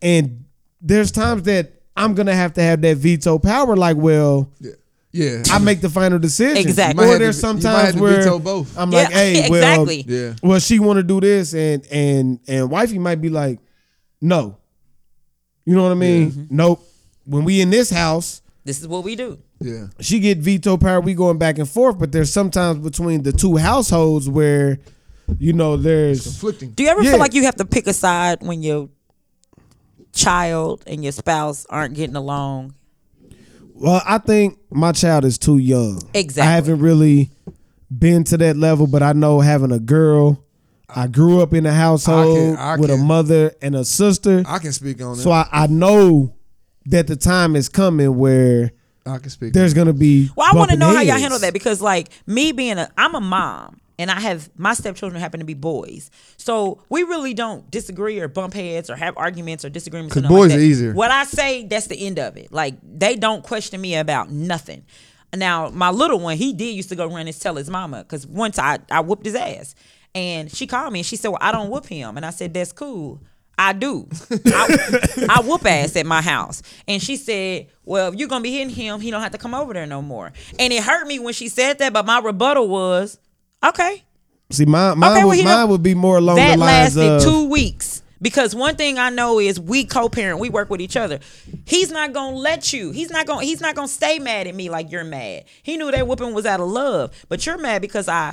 [SPEAKER 1] and there's times that I'm gonna have to have that veto power. Like, well,
[SPEAKER 3] yeah, yeah.
[SPEAKER 1] I make the final decision.
[SPEAKER 2] Exactly. You might
[SPEAKER 1] Or
[SPEAKER 3] have
[SPEAKER 1] there's
[SPEAKER 3] to- you might have
[SPEAKER 1] sometimes
[SPEAKER 3] to
[SPEAKER 1] where
[SPEAKER 3] veto both.
[SPEAKER 1] I'm
[SPEAKER 2] Yeah,
[SPEAKER 1] like, hey, well,
[SPEAKER 2] exactly.
[SPEAKER 3] Yeah.
[SPEAKER 1] well, she want to do this, and and and wifey might be like, no. You know what I mean?
[SPEAKER 3] Mm-hmm.
[SPEAKER 1] Nope. When we in this house,
[SPEAKER 2] This is what we do.
[SPEAKER 3] yeah.
[SPEAKER 1] she get veto power. We going back and forth, but there's sometimes between the two households where, you know, there's
[SPEAKER 3] Conflicting.
[SPEAKER 2] Do you ever
[SPEAKER 1] Yeah.
[SPEAKER 2] feel like you have to pick a side when your child and your spouse aren't getting along?
[SPEAKER 1] well, I think my child is too young.
[SPEAKER 2] Exactly.
[SPEAKER 1] I haven't really been to that level, but I know having a girl. I grew up in a household
[SPEAKER 3] I
[SPEAKER 1] with
[SPEAKER 3] can-
[SPEAKER 1] a mother and a sister.
[SPEAKER 3] I can speak on it.
[SPEAKER 1] So I, I know that the time is coming where
[SPEAKER 3] I can speak.
[SPEAKER 1] there's gonna be.
[SPEAKER 2] Well, I want to
[SPEAKER 1] bumping
[SPEAKER 2] know how y'all
[SPEAKER 1] heads.
[SPEAKER 2] handle that because, like, me being a, I'm a mom and I have my stepchildren happen to be boys, so we really don't disagree or bump heads or have arguments or disagreements. or
[SPEAKER 3] 'Cause
[SPEAKER 2] nothing like
[SPEAKER 3] boys
[SPEAKER 2] that.
[SPEAKER 3] are easier.
[SPEAKER 2] What I say, that's the end of it. Like, they don't question me about nothing. Now, my little one, he did used to go run and tell his mama because once I I whooped his ass, and she called me and she said, "Well, I don't whoop him," and I said, "That's cool." I do. I, I whoop ass at my house. And she said, Well, if you're gonna be hitting him, he don't have to come over there no more. And it hurt me when she said that, but my rebuttal was, Okay.
[SPEAKER 1] See, my mine,
[SPEAKER 2] Okay, well,
[SPEAKER 1] would,
[SPEAKER 2] he
[SPEAKER 1] mine
[SPEAKER 2] don't-
[SPEAKER 1] would be more along
[SPEAKER 2] that
[SPEAKER 1] the lines
[SPEAKER 2] lasted
[SPEAKER 1] of
[SPEAKER 2] two weeks. Because one thing I know is we co-parent, we work with each other. He's not gonna let you. He's not gonna. He's not gonna stay mad at me like you're mad. He knew that whooping was out of love, but you're mad because I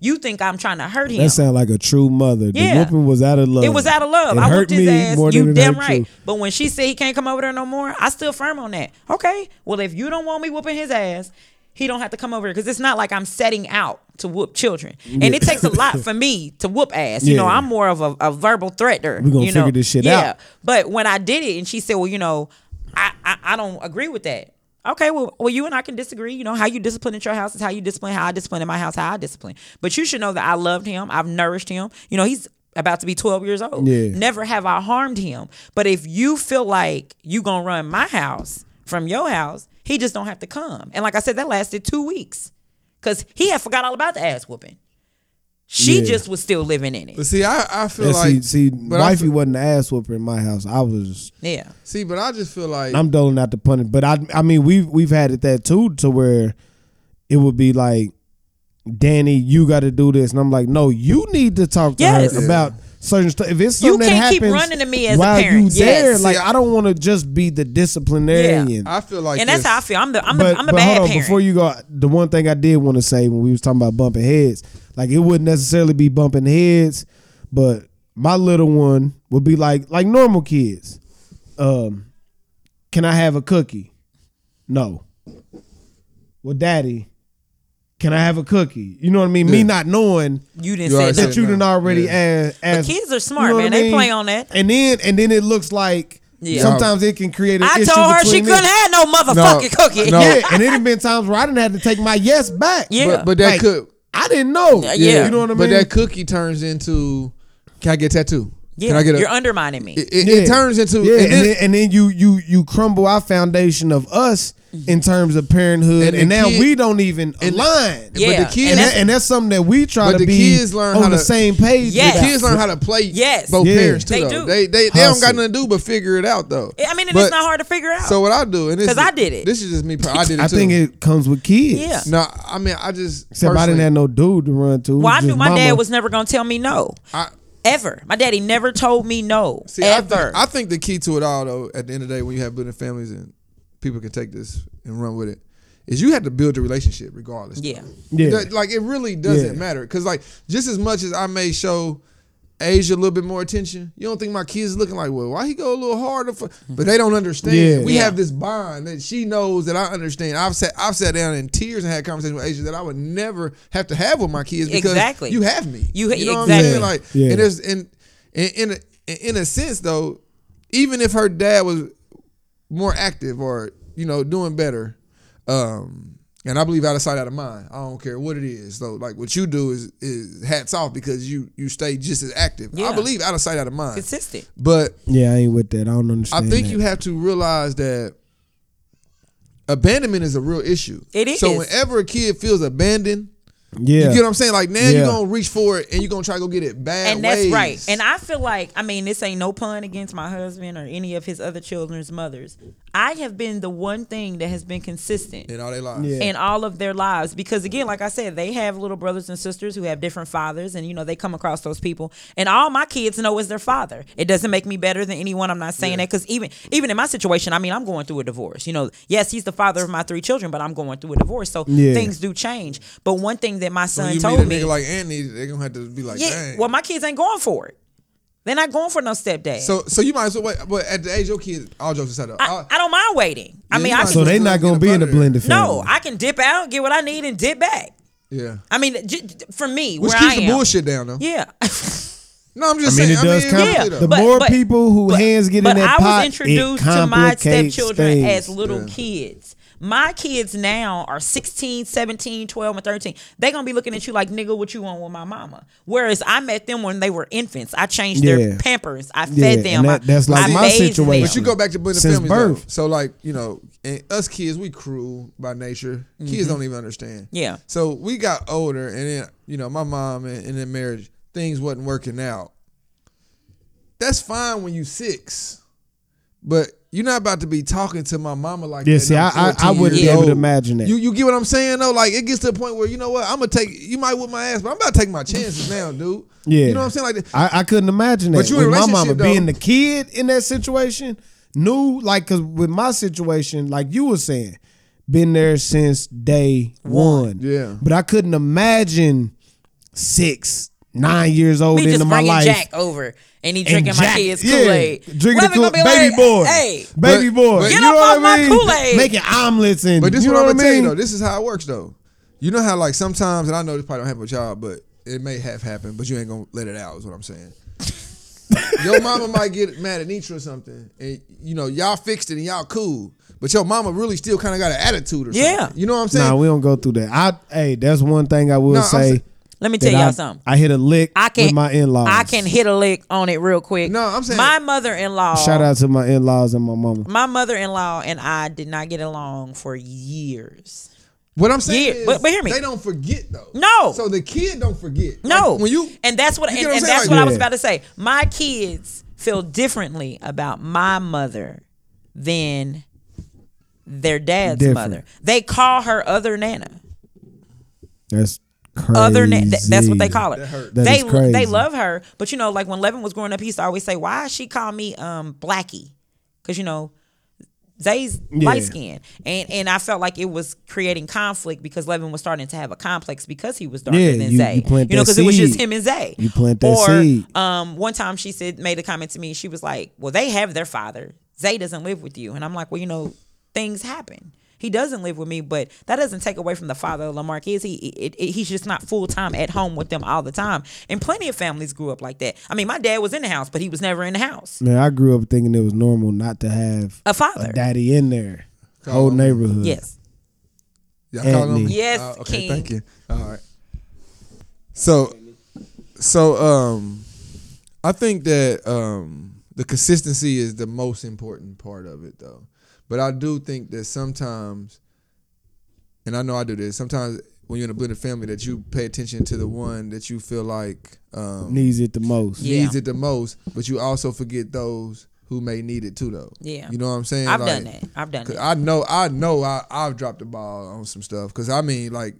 [SPEAKER 2] You think I'm trying to hurt him?
[SPEAKER 1] That sound like a true mother. The
[SPEAKER 2] Yeah.
[SPEAKER 1] whooping was out of love.
[SPEAKER 2] It was out of love.
[SPEAKER 1] It
[SPEAKER 2] I
[SPEAKER 1] hurt
[SPEAKER 2] whooped his
[SPEAKER 1] me
[SPEAKER 2] ass.
[SPEAKER 1] more
[SPEAKER 2] you
[SPEAKER 1] than it
[SPEAKER 2] damn
[SPEAKER 1] hurt
[SPEAKER 2] right.
[SPEAKER 1] you.
[SPEAKER 2] But when she said he can't come over there no more, I still firm on that. Okay. Well, if you don't want me whooping his ass, he don't have to come over because it's not like I'm setting out to whoop children. And it takes a lot for me to whoop ass. You know,
[SPEAKER 1] Yeah.
[SPEAKER 2] I'm more of a, a verbal threatener.
[SPEAKER 1] We gonna
[SPEAKER 2] you know?
[SPEAKER 1] figure this shit out.
[SPEAKER 2] But when I did it and she said, Well, you know, I, I, I don't agree with that. Okay, well, well, you and I can disagree. You know, how you discipline at your house is how you discipline, how I discipline in my house, how I discipline. But you should know that I loved him. I've nourished him. You know, he's about to be 12 years old.
[SPEAKER 1] Yeah.
[SPEAKER 2] Never have I harmed him. But if you feel like you gonna run my house from your house, he just don't have to come. And like I said, that lasted two weeks. Cause he had forgot all about the ass whooping. She
[SPEAKER 1] Yeah.
[SPEAKER 2] just was still living in
[SPEAKER 3] But
[SPEAKER 2] it.
[SPEAKER 3] see, I, I feel
[SPEAKER 1] Yeah,
[SPEAKER 3] like
[SPEAKER 1] see, see
[SPEAKER 3] but I
[SPEAKER 1] wifey
[SPEAKER 3] feel-
[SPEAKER 1] wasn't the ass whooper in my house. I was.
[SPEAKER 2] Yeah.
[SPEAKER 3] see, but I just feel like
[SPEAKER 1] I'm doling out the punishment, but I, I mean, we've we've had it that too, to where it would be like, Danny, you got to do this, and I'm like, no, you need to talk to
[SPEAKER 2] Yes.
[SPEAKER 1] her
[SPEAKER 2] Yeah.
[SPEAKER 1] about certain stuff. If it's
[SPEAKER 2] You
[SPEAKER 1] something that
[SPEAKER 2] can't keep
[SPEAKER 1] happens
[SPEAKER 2] running to me as a
[SPEAKER 1] while
[SPEAKER 2] parent.
[SPEAKER 1] you there,
[SPEAKER 2] Yes.
[SPEAKER 1] like I don't want to just be the disciplinarian.
[SPEAKER 2] Yeah.
[SPEAKER 3] I feel like
[SPEAKER 2] and that's
[SPEAKER 3] this.
[SPEAKER 2] how I feel. I'm the I'm
[SPEAKER 1] but
[SPEAKER 2] the, I'm the
[SPEAKER 1] but
[SPEAKER 2] bad
[SPEAKER 1] hold on,
[SPEAKER 2] parent.
[SPEAKER 1] before you go, the one thing I did want to say when we was talking about bumping heads, like it wouldn't necessarily be bumping heads, but my little one would be like like normal kids. Um, can I have a cookie? No. Well, daddy, can I have a cookie? You know what I mean? Me
[SPEAKER 3] Yeah.
[SPEAKER 1] not knowing
[SPEAKER 2] you didn't
[SPEAKER 3] You
[SPEAKER 2] say
[SPEAKER 3] already
[SPEAKER 2] that.
[SPEAKER 1] that you done
[SPEAKER 3] no.
[SPEAKER 1] already
[SPEAKER 3] Yeah.
[SPEAKER 1] asked. asked-
[SPEAKER 2] kids are smart,
[SPEAKER 1] what
[SPEAKER 2] man. They play on that.
[SPEAKER 1] And then and then it looks like
[SPEAKER 2] Yeah.
[SPEAKER 1] sometimes it can create an
[SPEAKER 2] I
[SPEAKER 1] issue
[SPEAKER 2] told her she
[SPEAKER 1] between them.
[SPEAKER 2] couldn't have no motherfucking
[SPEAKER 3] No,
[SPEAKER 2] cookie.
[SPEAKER 3] no.
[SPEAKER 1] Yeah, and it had been times where I didn't have to take my yes back.
[SPEAKER 2] Yeah.
[SPEAKER 3] but, but that
[SPEAKER 1] Like,
[SPEAKER 3] could,
[SPEAKER 1] I didn't know.
[SPEAKER 2] Yeah, yeah.
[SPEAKER 1] you know what I mean.
[SPEAKER 3] but that cookie turns into, can I get tattoo?
[SPEAKER 2] Yeah,
[SPEAKER 3] can I get a?
[SPEAKER 2] you're undermining me.
[SPEAKER 3] it, it,
[SPEAKER 1] Yeah.
[SPEAKER 3] it turns into,
[SPEAKER 1] yeah,
[SPEAKER 3] and
[SPEAKER 1] and,
[SPEAKER 3] then-
[SPEAKER 1] then, and then you you you crumble our foundation of us
[SPEAKER 2] Mm-hmm.
[SPEAKER 1] in terms of parenthood,
[SPEAKER 3] And
[SPEAKER 1] and,
[SPEAKER 3] the
[SPEAKER 1] now
[SPEAKER 3] kid-
[SPEAKER 1] we don't even align.
[SPEAKER 2] Yeah,
[SPEAKER 3] but the kids,
[SPEAKER 1] And,
[SPEAKER 2] and
[SPEAKER 1] that, and that's something that we try
[SPEAKER 3] But
[SPEAKER 1] to
[SPEAKER 3] the
[SPEAKER 1] be
[SPEAKER 3] kids learn
[SPEAKER 1] on
[SPEAKER 3] how
[SPEAKER 1] the
[SPEAKER 3] to-
[SPEAKER 1] same page.
[SPEAKER 2] Yes.
[SPEAKER 1] with.
[SPEAKER 3] kids learn how to play
[SPEAKER 2] Yes.
[SPEAKER 3] both
[SPEAKER 1] Yeah.
[SPEAKER 3] parents too.
[SPEAKER 2] They
[SPEAKER 3] though.
[SPEAKER 2] do.
[SPEAKER 3] They they, they don't got
[SPEAKER 1] Hustle.
[SPEAKER 3] nothing to do but figure it out though.
[SPEAKER 2] I mean, and
[SPEAKER 3] But-
[SPEAKER 2] it's not hard to figure out.
[SPEAKER 3] So what I do, and this
[SPEAKER 2] 'Cause I did it.
[SPEAKER 3] This is just me. per- I did it
[SPEAKER 1] I
[SPEAKER 3] too.
[SPEAKER 1] think it comes with kids.
[SPEAKER 2] Yeah.
[SPEAKER 3] No, I mean I just.
[SPEAKER 1] Except I didn't have no dude to run to.
[SPEAKER 2] well, I
[SPEAKER 1] just
[SPEAKER 2] knew my
[SPEAKER 1] mama.
[SPEAKER 2] dad was never gonna tell me no,
[SPEAKER 3] I,
[SPEAKER 2] ever. My daddy never told me no,
[SPEAKER 3] see, I
[SPEAKER 2] ever.
[SPEAKER 3] think, I think the key to it all though, at the end of the day, when you have building families and people can take this and run with it, is you have to build the relationship regardless.
[SPEAKER 2] yeah,
[SPEAKER 1] Yeah.
[SPEAKER 3] That- like it really doesn't
[SPEAKER 1] Yeah.
[SPEAKER 3] matter because like just as much as I may show Asia a little bit more attention, you don't think my kids looking like well why he go a little harder for? But they don't understand.
[SPEAKER 1] Yeah.
[SPEAKER 3] We
[SPEAKER 2] Yeah.
[SPEAKER 3] have this bond that she knows that I understand. I've sat I've sat down in tears and had conversations with Asia that I would never have to have with my kids because
[SPEAKER 2] Exactly.
[SPEAKER 3] you have me.
[SPEAKER 2] You-
[SPEAKER 3] know
[SPEAKER 2] exactly.
[SPEAKER 3] what I'm saying? Like
[SPEAKER 1] Yeah.
[SPEAKER 3] and there's and, and in a, in a sense though, even if her dad was more active or you know doing better um and i believe out of sight out of mind i don't care what it is so like what you do is is hats off because you you stay just as active
[SPEAKER 2] Yeah.
[SPEAKER 3] i believe out of sight out of mind
[SPEAKER 2] consistent.
[SPEAKER 3] but
[SPEAKER 1] Yeah, I ain't with that. I don't
[SPEAKER 3] i
[SPEAKER 1] understand.
[SPEAKER 3] think
[SPEAKER 1] that.
[SPEAKER 3] you have to realize that abandonment is a real issue
[SPEAKER 2] It
[SPEAKER 3] so
[SPEAKER 2] is.
[SPEAKER 3] whenever a kid feels abandoned
[SPEAKER 1] Yeah,
[SPEAKER 3] you get what i'm saying like now
[SPEAKER 1] Yeah.
[SPEAKER 3] you're gonna reach for it and you're gonna try to go get it bad
[SPEAKER 2] And that's
[SPEAKER 3] ways.
[SPEAKER 2] right. And I feel like, I mean, this ain't no pun against my husband or any of his other children's mothers. I have been the one thing that has been consistent
[SPEAKER 3] in all their lives
[SPEAKER 1] Yeah.
[SPEAKER 2] in all of their lives because again like i said they have little brothers and sisters who have different fathers and you know they come across those people and all my kids know is their father it doesn't make me better than anyone i'm not saying that because even even in my situation i mean i'm going through a divorce you know yes he's the father of my three children but i'm going through a divorce so
[SPEAKER 1] Yeah.
[SPEAKER 2] things do change but one thing that my son
[SPEAKER 3] when you meet
[SPEAKER 2] told
[SPEAKER 3] a
[SPEAKER 2] me
[SPEAKER 3] nigga like Anthony, they're gonna have to be like,
[SPEAKER 2] yeah
[SPEAKER 3] dang.
[SPEAKER 2] well my kids ain't going for it they're not going for no stepdad so
[SPEAKER 3] So so you might as well wait, but at the age your kids, all jokes aside, though,
[SPEAKER 2] I,
[SPEAKER 3] I,
[SPEAKER 2] I don't mind waiting i
[SPEAKER 3] Yeah,
[SPEAKER 2] mean
[SPEAKER 3] you
[SPEAKER 2] i
[SPEAKER 3] might
[SPEAKER 2] can
[SPEAKER 1] so they not gonna be in the
[SPEAKER 3] Get up outta
[SPEAKER 1] blended family.
[SPEAKER 2] no i can dip out get what i need and dip back
[SPEAKER 3] yeah,
[SPEAKER 2] I mean, j- j- for me,
[SPEAKER 3] which
[SPEAKER 2] where
[SPEAKER 3] keeps
[SPEAKER 2] I
[SPEAKER 3] the
[SPEAKER 2] am,
[SPEAKER 3] bullshit down though.
[SPEAKER 2] Yeah.
[SPEAKER 3] No, I'm
[SPEAKER 1] I
[SPEAKER 3] just
[SPEAKER 1] mean, it
[SPEAKER 3] saying.
[SPEAKER 1] does
[SPEAKER 3] I mean,
[SPEAKER 1] complicate.
[SPEAKER 2] Yeah,
[SPEAKER 3] really,
[SPEAKER 1] the
[SPEAKER 3] though.
[SPEAKER 2] but-
[SPEAKER 1] more
[SPEAKER 2] but-
[SPEAKER 1] people who
[SPEAKER 2] but-
[SPEAKER 1] hands get
[SPEAKER 2] but
[SPEAKER 1] in that
[SPEAKER 2] I
[SPEAKER 1] pot,
[SPEAKER 2] was introduced
[SPEAKER 1] it
[SPEAKER 2] to my
[SPEAKER 1] complicates
[SPEAKER 2] stepchildren
[SPEAKER 1] things.
[SPEAKER 2] as little kids. My kids now are 16, 17, 12, and 13. They're going to be looking at you like, nigga, what you want with my mama? Whereas I met them when they were infants. I changed
[SPEAKER 1] Yeah.
[SPEAKER 2] their pampers. I fed
[SPEAKER 1] Yeah, and
[SPEAKER 2] them.
[SPEAKER 1] that-
[SPEAKER 2] I-
[SPEAKER 1] that's like
[SPEAKER 2] I
[SPEAKER 1] my
[SPEAKER 2] bathed them.
[SPEAKER 1] situation.
[SPEAKER 3] But you go back to blended
[SPEAKER 1] Since
[SPEAKER 3] families. though.
[SPEAKER 1] birth.
[SPEAKER 3] So like you know, and us kids, we cruel by nature. Kids don't even understand.
[SPEAKER 2] Yeah.
[SPEAKER 3] So we got older, and then you know, my mom and, and in marriage, things wasn't working out. That's fine when you six, but you're not about to be talking to my mama like
[SPEAKER 1] Yeah,
[SPEAKER 3] that.
[SPEAKER 1] see,
[SPEAKER 3] and I'm
[SPEAKER 1] I- I- I
[SPEAKER 3] 14
[SPEAKER 1] wouldn't
[SPEAKER 3] years
[SPEAKER 1] be able to
[SPEAKER 3] old.
[SPEAKER 1] imagine that.
[SPEAKER 3] You you get what I'm saying though? Like it gets to the point where you know what? I'm gonna take you might whip my ass, but I'm about to take my chances now, dude.
[SPEAKER 1] Yeah,
[SPEAKER 3] You know what I'm saying? Like that.
[SPEAKER 1] I, I couldn't imagine that.
[SPEAKER 3] But you in a
[SPEAKER 1] with my mama
[SPEAKER 3] relationship, though.
[SPEAKER 1] being the kid in that situation, knew like because with my situation, like you were saying, been there since day one.
[SPEAKER 3] Yeah.
[SPEAKER 1] but I couldn't imagine six, nine years old
[SPEAKER 2] Me
[SPEAKER 1] into
[SPEAKER 2] just
[SPEAKER 1] my
[SPEAKER 2] bringing
[SPEAKER 1] life.
[SPEAKER 2] Jack over and he drinking my
[SPEAKER 1] Jack-
[SPEAKER 2] kids
[SPEAKER 1] yeah,
[SPEAKER 2] Kool Aid.
[SPEAKER 1] Drinking the Kool- baby boy.
[SPEAKER 2] Hey,
[SPEAKER 1] Baby
[SPEAKER 3] But-
[SPEAKER 1] boy.
[SPEAKER 3] but
[SPEAKER 1] you
[SPEAKER 2] get
[SPEAKER 1] know
[SPEAKER 2] up
[SPEAKER 1] what
[SPEAKER 2] off
[SPEAKER 1] I
[SPEAKER 2] my
[SPEAKER 1] mean?
[SPEAKER 2] Kool Aid.
[SPEAKER 1] Making omelets and
[SPEAKER 3] But this
[SPEAKER 1] you
[SPEAKER 3] is
[SPEAKER 1] know
[SPEAKER 3] what I'm
[SPEAKER 1] what
[SPEAKER 3] gonna
[SPEAKER 1] I
[SPEAKER 3] tell you
[SPEAKER 1] mean?
[SPEAKER 3] though. This is how it works though. You know how like sometimes, and I know this probably don't happen with y'all, but it may have happened. But you ain't gonna let it out. Is what I'm saying. your mama might get mad at Nitra or something, and you know y'all fixed it and y'all cool. But your mama really still kind of got an attitude or something.
[SPEAKER 2] Yeah.
[SPEAKER 3] You know what I'm saying?
[SPEAKER 1] Nah, we don't go through that. I hey, that's one thing I will
[SPEAKER 3] No, I'm
[SPEAKER 1] say.
[SPEAKER 3] saying-
[SPEAKER 2] Let me
[SPEAKER 1] that
[SPEAKER 2] tell y'all
[SPEAKER 1] I,
[SPEAKER 2] something.
[SPEAKER 1] I hit a lick
[SPEAKER 2] I can
[SPEAKER 1] with my in laws.
[SPEAKER 2] I can hit a lick on it real quick.
[SPEAKER 3] No, I'm saying-
[SPEAKER 2] my mother-in-law.
[SPEAKER 1] Shout out to my in laws and my mama.
[SPEAKER 2] My mother-in-law and I did not get along for years.
[SPEAKER 3] what I'm saying
[SPEAKER 2] Yeah,
[SPEAKER 3] is,
[SPEAKER 2] but- but hear me.
[SPEAKER 3] They don't forget though.
[SPEAKER 2] No.
[SPEAKER 3] So the kid don't forget.
[SPEAKER 2] No,
[SPEAKER 3] Like, when you
[SPEAKER 2] and that's what,
[SPEAKER 3] you
[SPEAKER 2] and,
[SPEAKER 3] get what I'm
[SPEAKER 2] and
[SPEAKER 3] saying?
[SPEAKER 2] that's
[SPEAKER 3] Like-
[SPEAKER 2] what I was
[SPEAKER 1] Yeah.
[SPEAKER 2] about to say. My kids feel differently about my mother than their dad's
[SPEAKER 1] Different.
[SPEAKER 2] mother. They call her other nana.
[SPEAKER 1] That's crazy.
[SPEAKER 2] Other nana. That's what they call it.
[SPEAKER 3] That hurt.
[SPEAKER 1] That
[SPEAKER 2] they
[SPEAKER 1] is crazy.
[SPEAKER 2] they love her, but you know, like when Levin was growing up, he used to always say, "Why she call me um Blackie?" Because you know. Zay's
[SPEAKER 1] Yeah.
[SPEAKER 2] light skinned. And and I felt like it was creating conflict because Levin was starting to have a complex because he was darker
[SPEAKER 1] Yeah,
[SPEAKER 2] than
[SPEAKER 1] you-
[SPEAKER 2] Zay.
[SPEAKER 1] you plant
[SPEAKER 2] know,
[SPEAKER 1] that
[SPEAKER 2] because it was just
[SPEAKER 1] seed.
[SPEAKER 2] him and Zay.
[SPEAKER 1] You plant that
[SPEAKER 2] or,
[SPEAKER 1] seed.
[SPEAKER 2] Um, one time she said made a comment to me. She was like, "Well, they have their father. Zay doesn't live with you." And I'm like, "Well, you know, things happen. He doesn't live with me, but that doesn't take away from the father Lamarck is. He it, it, he's just not full time at home with them all the time. And plenty of families grew up like that. I mean, my dad was in the house, but he was never in the house.
[SPEAKER 1] Man, I grew up thinking it was normal not to have
[SPEAKER 2] A father.
[SPEAKER 1] daddy in there.
[SPEAKER 3] Call
[SPEAKER 1] Whole
[SPEAKER 3] him.
[SPEAKER 1] neighborhood.
[SPEAKER 2] Yes.
[SPEAKER 3] Y'all calling on
[SPEAKER 1] Anthony.
[SPEAKER 3] me?
[SPEAKER 2] Yes,
[SPEAKER 3] Uh, okay,
[SPEAKER 2] King.
[SPEAKER 3] thank you. All right. So, so um, I think that um, the consistency is the most important part of it, though. But I do think that sometimes, and I know I do this sometimes when you're in a blended family, that you pay attention to the one that you feel like um,
[SPEAKER 1] Needs it the most.
[SPEAKER 2] Yeah.
[SPEAKER 3] needs it the most, but you also forget those who may need it too, though.
[SPEAKER 2] Yeah.
[SPEAKER 3] you know what I'm saying?
[SPEAKER 2] I've
[SPEAKER 3] Like,
[SPEAKER 2] done that. I've done
[SPEAKER 3] Cause
[SPEAKER 2] that.
[SPEAKER 3] I know, I know, I I've dropped the ball on some stuff. Cause I mean, like,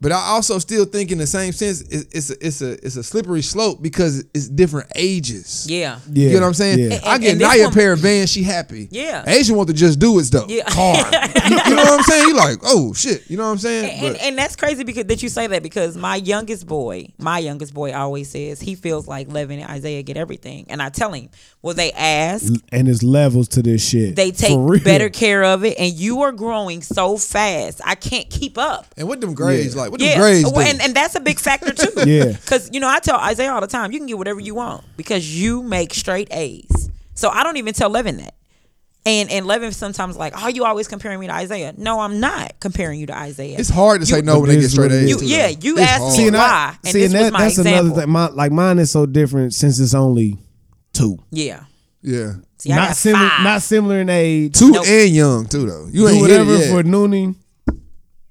[SPEAKER 3] but I also still think in the same sense, it, it's a, it's a it's a slippery slope because it's different ages.
[SPEAKER 2] Yeah.
[SPEAKER 1] Yeah,
[SPEAKER 3] You know what I'm saying?
[SPEAKER 1] yeah.
[SPEAKER 3] I
[SPEAKER 2] And-
[SPEAKER 3] get
[SPEAKER 2] and this
[SPEAKER 3] Naya a
[SPEAKER 2] one-
[SPEAKER 3] pair of Vans, she happy.
[SPEAKER 2] Yeah.
[SPEAKER 3] Asian want to just do its though.
[SPEAKER 2] Yeah.
[SPEAKER 3] Car. you, you know what I'm saying? You like, oh shit. You know what I'm saying?
[SPEAKER 2] and,
[SPEAKER 3] But-
[SPEAKER 2] and that's crazy because that you say that because my youngest boy, my youngest boy always says he feels like Levin and Isaiah get everything. And I tell him, well, they ask,
[SPEAKER 1] And there's levels to this shit.
[SPEAKER 2] they take
[SPEAKER 1] For real.
[SPEAKER 2] better care of it, and you are growing so fast. I can't keep up.
[SPEAKER 3] and what them grades
[SPEAKER 1] Yeah.
[SPEAKER 3] like? What them
[SPEAKER 2] Yeah,
[SPEAKER 3] grades do?
[SPEAKER 2] Well, and, and that's a big factor too.
[SPEAKER 1] Yeah.
[SPEAKER 2] because you know I tell Isaiah all the time, you can get whatever you want because you make straight A's. So I don't even tell Levin that. And and Levin sometimes like, oh, you always comparing me to Isaiah. No, I'm not comparing you to Isaiah.
[SPEAKER 3] it's hard to say no
[SPEAKER 1] But
[SPEAKER 3] when they
[SPEAKER 1] this
[SPEAKER 3] get
[SPEAKER 1] is
[SPEAKER 3] straight
[SPEAKER 1] what it
[SPEAKER 3] A's.
[SPEAKER 1] is.
[SPEAKER 2] You-
[SPEAKER 3] too,
[SPEAKER 2] yeah,
[SPEAKER 3] though.
[SPEAKER 2] you
[SPEAKER 3] It's
[SPEAKER 2] asked me
[SPEAKER 3] hard.
[SPEAKER 1] and
[SPEAKER 2] why, and this was my
[SPEAKER 1] that's
[SPEAKER 2] example.
[SPEAKER 1] another thing. My like mine is so different since it's only two.
[SPEAKER 2] yeah.
[SPEAKER 3] Yeah,
[SPEAKER 2] See, I
[SPEAKER 1] not
[SPEAKER 2] got
[SPEAKER 1] similar,
[SPEAKER 2] five.
[SPEAKER 1] not similar in age.
[SPEAKER 3] two
[SPEAKER 2] Nope.
[SPEAKER 3] and young too though. You
[SPEAKER 1] do
[SPEAKER 3] ain't hit it
[SPEAKER 1] whatever
[SPEAKER 3] yet.
[SPEAKER 1] for Noonie.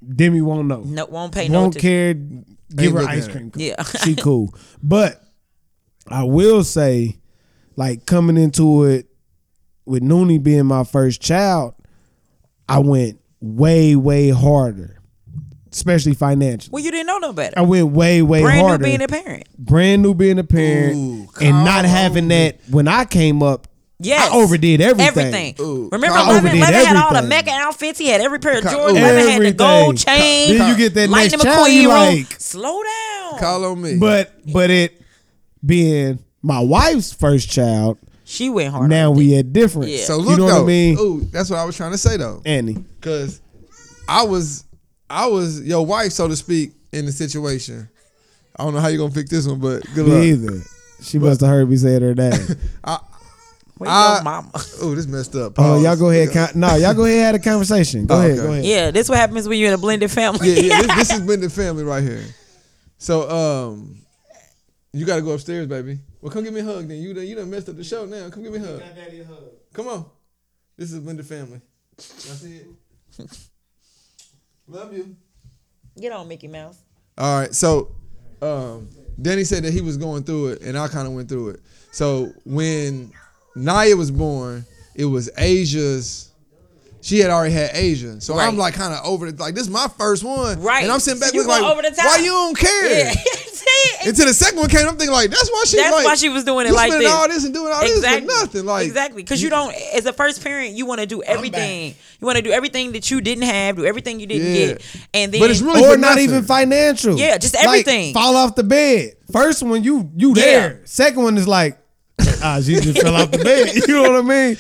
[SPEAKER 1] Demi won't know.
[SPEAKER 2] No, won't pay no
[SPEAKER 1] won't
[SPEAKER 2] attention.
[SPEAKER 1] care. Give her
[SPEAKER 3] looking
[SPEAKER 1] ice
[SPEAKER 3] at
[SPEAKER 1] cream. cone.
[SPEAKER 2] Yeah.
[SPEAKER 1] she cool. But I will say, like coming into it with Noonie being my first child, I went way way harder, especially financially.
[SPEAKER 2] Well, you didn't know no better.
[SPEAKER 1] I went way way
[SPEAKER 2] Brand
[SPEAKER 1] harder.
[SPEAKER 2] new being a parent.
[SPEAKER 1] brand new being a parent
[SPEAKER 3] Ooh,
[SPEAKER 1] and not
[SPEAKER 3] Kyle
[SPEAKER 1] having that when I came up.
[SPEAKER 2] Yes.
[SPEAKER 1] I overdid everything.
[SPEAKER 2] Everything.
[SPEAKER 3] Ooh,
[SPEAKER 2] Remember,
[SPEAKER 3] Kyle
[SPEAKER 2] Levin,
[SPEAKER 1] overdid
[SPEAKER 2] Levin had all the
[SPEAKER 1] everything.
[SPEAKER 2] mecca outfits. He had every pair of
[SPEAKER 3] Kyle-
[SPEAKER 2] Jordan.
[SPEAKER 3] Ooh.
[SPEAKER 2] Levin had the gold
[SPEAKER 1] Everything.
[SPEAKER 2] chain.
[SPEAKER 1] Then you get that
[SPEAKER 2] Lightning
[SPEAKER 1] next child,
[SPEAKER 2] McQueen
[SPEAKER 1] you
[SPEAKER 2] room.
[SPEAKER 1] like,
[SPEAKER 2] Slow down.
[SPEAKER 3] Call on me.
[SPEAKER 1] but but it being my wife's first child,
[SPEAKER 2] she went hard.
[SPEAKER 1] now
[SPEAKER 2] on
[SPEAKER 1] we
[SPEAKER 2] it.
[SPEAKER 1] had difference.
[SPEAKER 2] Yeah.
[SPEAKER 3] So look
[SPEAKER 1] you know
[SPEAKER 3] though.
[SPEAKER 1] what I mean,
[SPEAKER 3] Ooh, that's what I was trying to say though.
[SPEAKER 1] Annie.
[SPEAKER 3] Cause I was I was your wife, so to speak, in the situation. I don't know how you're gonna pick this one, but good
[SPEAKER 1] Me
[SPEAKER 3] luck.
[SPEAKER 1] either. She must have heard me say it her name.
[SPEAKER 2] Where's
[SPEAKER 3] I-
[SPEAKER 2] your mama?
[SPEAKER 3] Oh, this messed up.
[SPEAKER 1] Oh,
[SPEAKER 3] Pause.
[SPEAKER 1] y'all go ahead.
[SPEAKER 3] Look up.
[SPEAKER 1] Con- no, y'all go ahead. Had a conversation. Go
[SPEAKER 3] Oh,
[SPEAKER 1] ahead.
[SPEAKER 3] okay.
[SPEAKER 1] Go ahead.
[SPEAKER 2] Yeah, this what happens when you're in a blended family.
[SPEAKER 3] Yeah, yeah. This, this is blended family right here. So um you gotta go upstairs, baby. Well come give me a hug then. You done you done messed up the show now. Come give me a hug. Come on. This is blended family. That's it. Love you.
[SPEAKER 2] Get on, Mickey Mouse.
[SPEAKER 3] All right, so um, Danny said that he was going through it, and I kind of went through it. So when Naya was born, it was Asia's. She had already had Asia, so
[SPEAKER 2] Right.
[SPEAKER 3] I'm like kind of over it. Like this is my first one,
[SPEAKER 2] Right.
[SPEAKER 3] And I'm sitting back
[SPEAKER 2] You
[SPEAKER 3] looking like,
[SPEAKER 2] going over the top.
[SPEAKER 3] why you don't care?
[SPEAKER 2] Yeah. See? did.
[SPEAKER 3] Until the second one came, I'm thinking like, that's why she.
[SPEAKER 2] That's
[SPEAKER 3] like,
[SPEAKER 2] why she was doing it
[SPEAKER 3] you
[SPEAKER 2] like
[SPEAKER 3] spending
[SPEAKER 2] this.
[SPEAKER 3] all this and doing all
[SPEAKER 2] exactly.
[SPEAKER 3] this for nothing. Like
[SPEAKER 2] exactly, because you don't. As a first parent, you want to do everything. You want to do everything that you didn't have, do everything you didn't
[SPEAKER 3] Yeah.
[SPEAKER 2] get, and then.
[SPEAKER 3] But it's really
[SPEAKER 1] or
[SPEAKER 3] for
[SPEAKER 1] not
[SPEAKER 3] nothing.
[SPEAKER 1] even financial.
[SPEAKER 2] Yeah, just
[SPEAKER 1] Like,
[SPEAKER 2] everything.
[SPEAKER 1] fall off the bed. First one, you you
[SPEAKER 2] Yeah.
[SPEAKER 1] there. Second one is like, ah, she just fell off the bed. You know what I mean?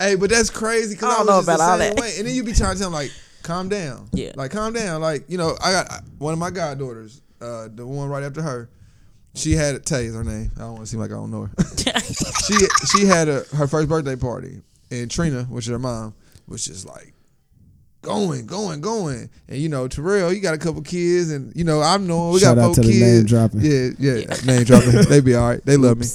[SPEAKER 3] Hey, but that's crazy because
[SPEAKER 2] I
[SPEAKER 3] I,
[SPEAKER 2] don't
[SPEAKER 3] was
[SPEAKER 2] know
[SPEAKER 3] just
[SPEAKER 2] about all
[SPEAKER 3] the same
[SPEAKER 2] that.
[SPEAKER 3] way. And then you be trying to tell them like, calm down.
[SPEAKER 2] Yeah.
[SPEAKER 3] Like calm down. Like you know, I got I- one of my goddaughters, uh, the one right after her. She had Tay is her name. I don't want to seem like I don't know her. she she had a, her first birthday party, and Trina, which is her mom, was just like going, going, going. And you know, Terrell, you got a couple kids, and you know, I'm knowing we
[SPEAKER 1] Shout
[SPEAKER 3] got
[SPEAKER 1] out
[SPEAKER 3] four
[SPEAKER 1] to the
[SPEAKER 3] kids.
[SPEAKER 1] name dropping.
[SPEAKER 3] Yeah, yeah, name dropping. they be all right. They love me.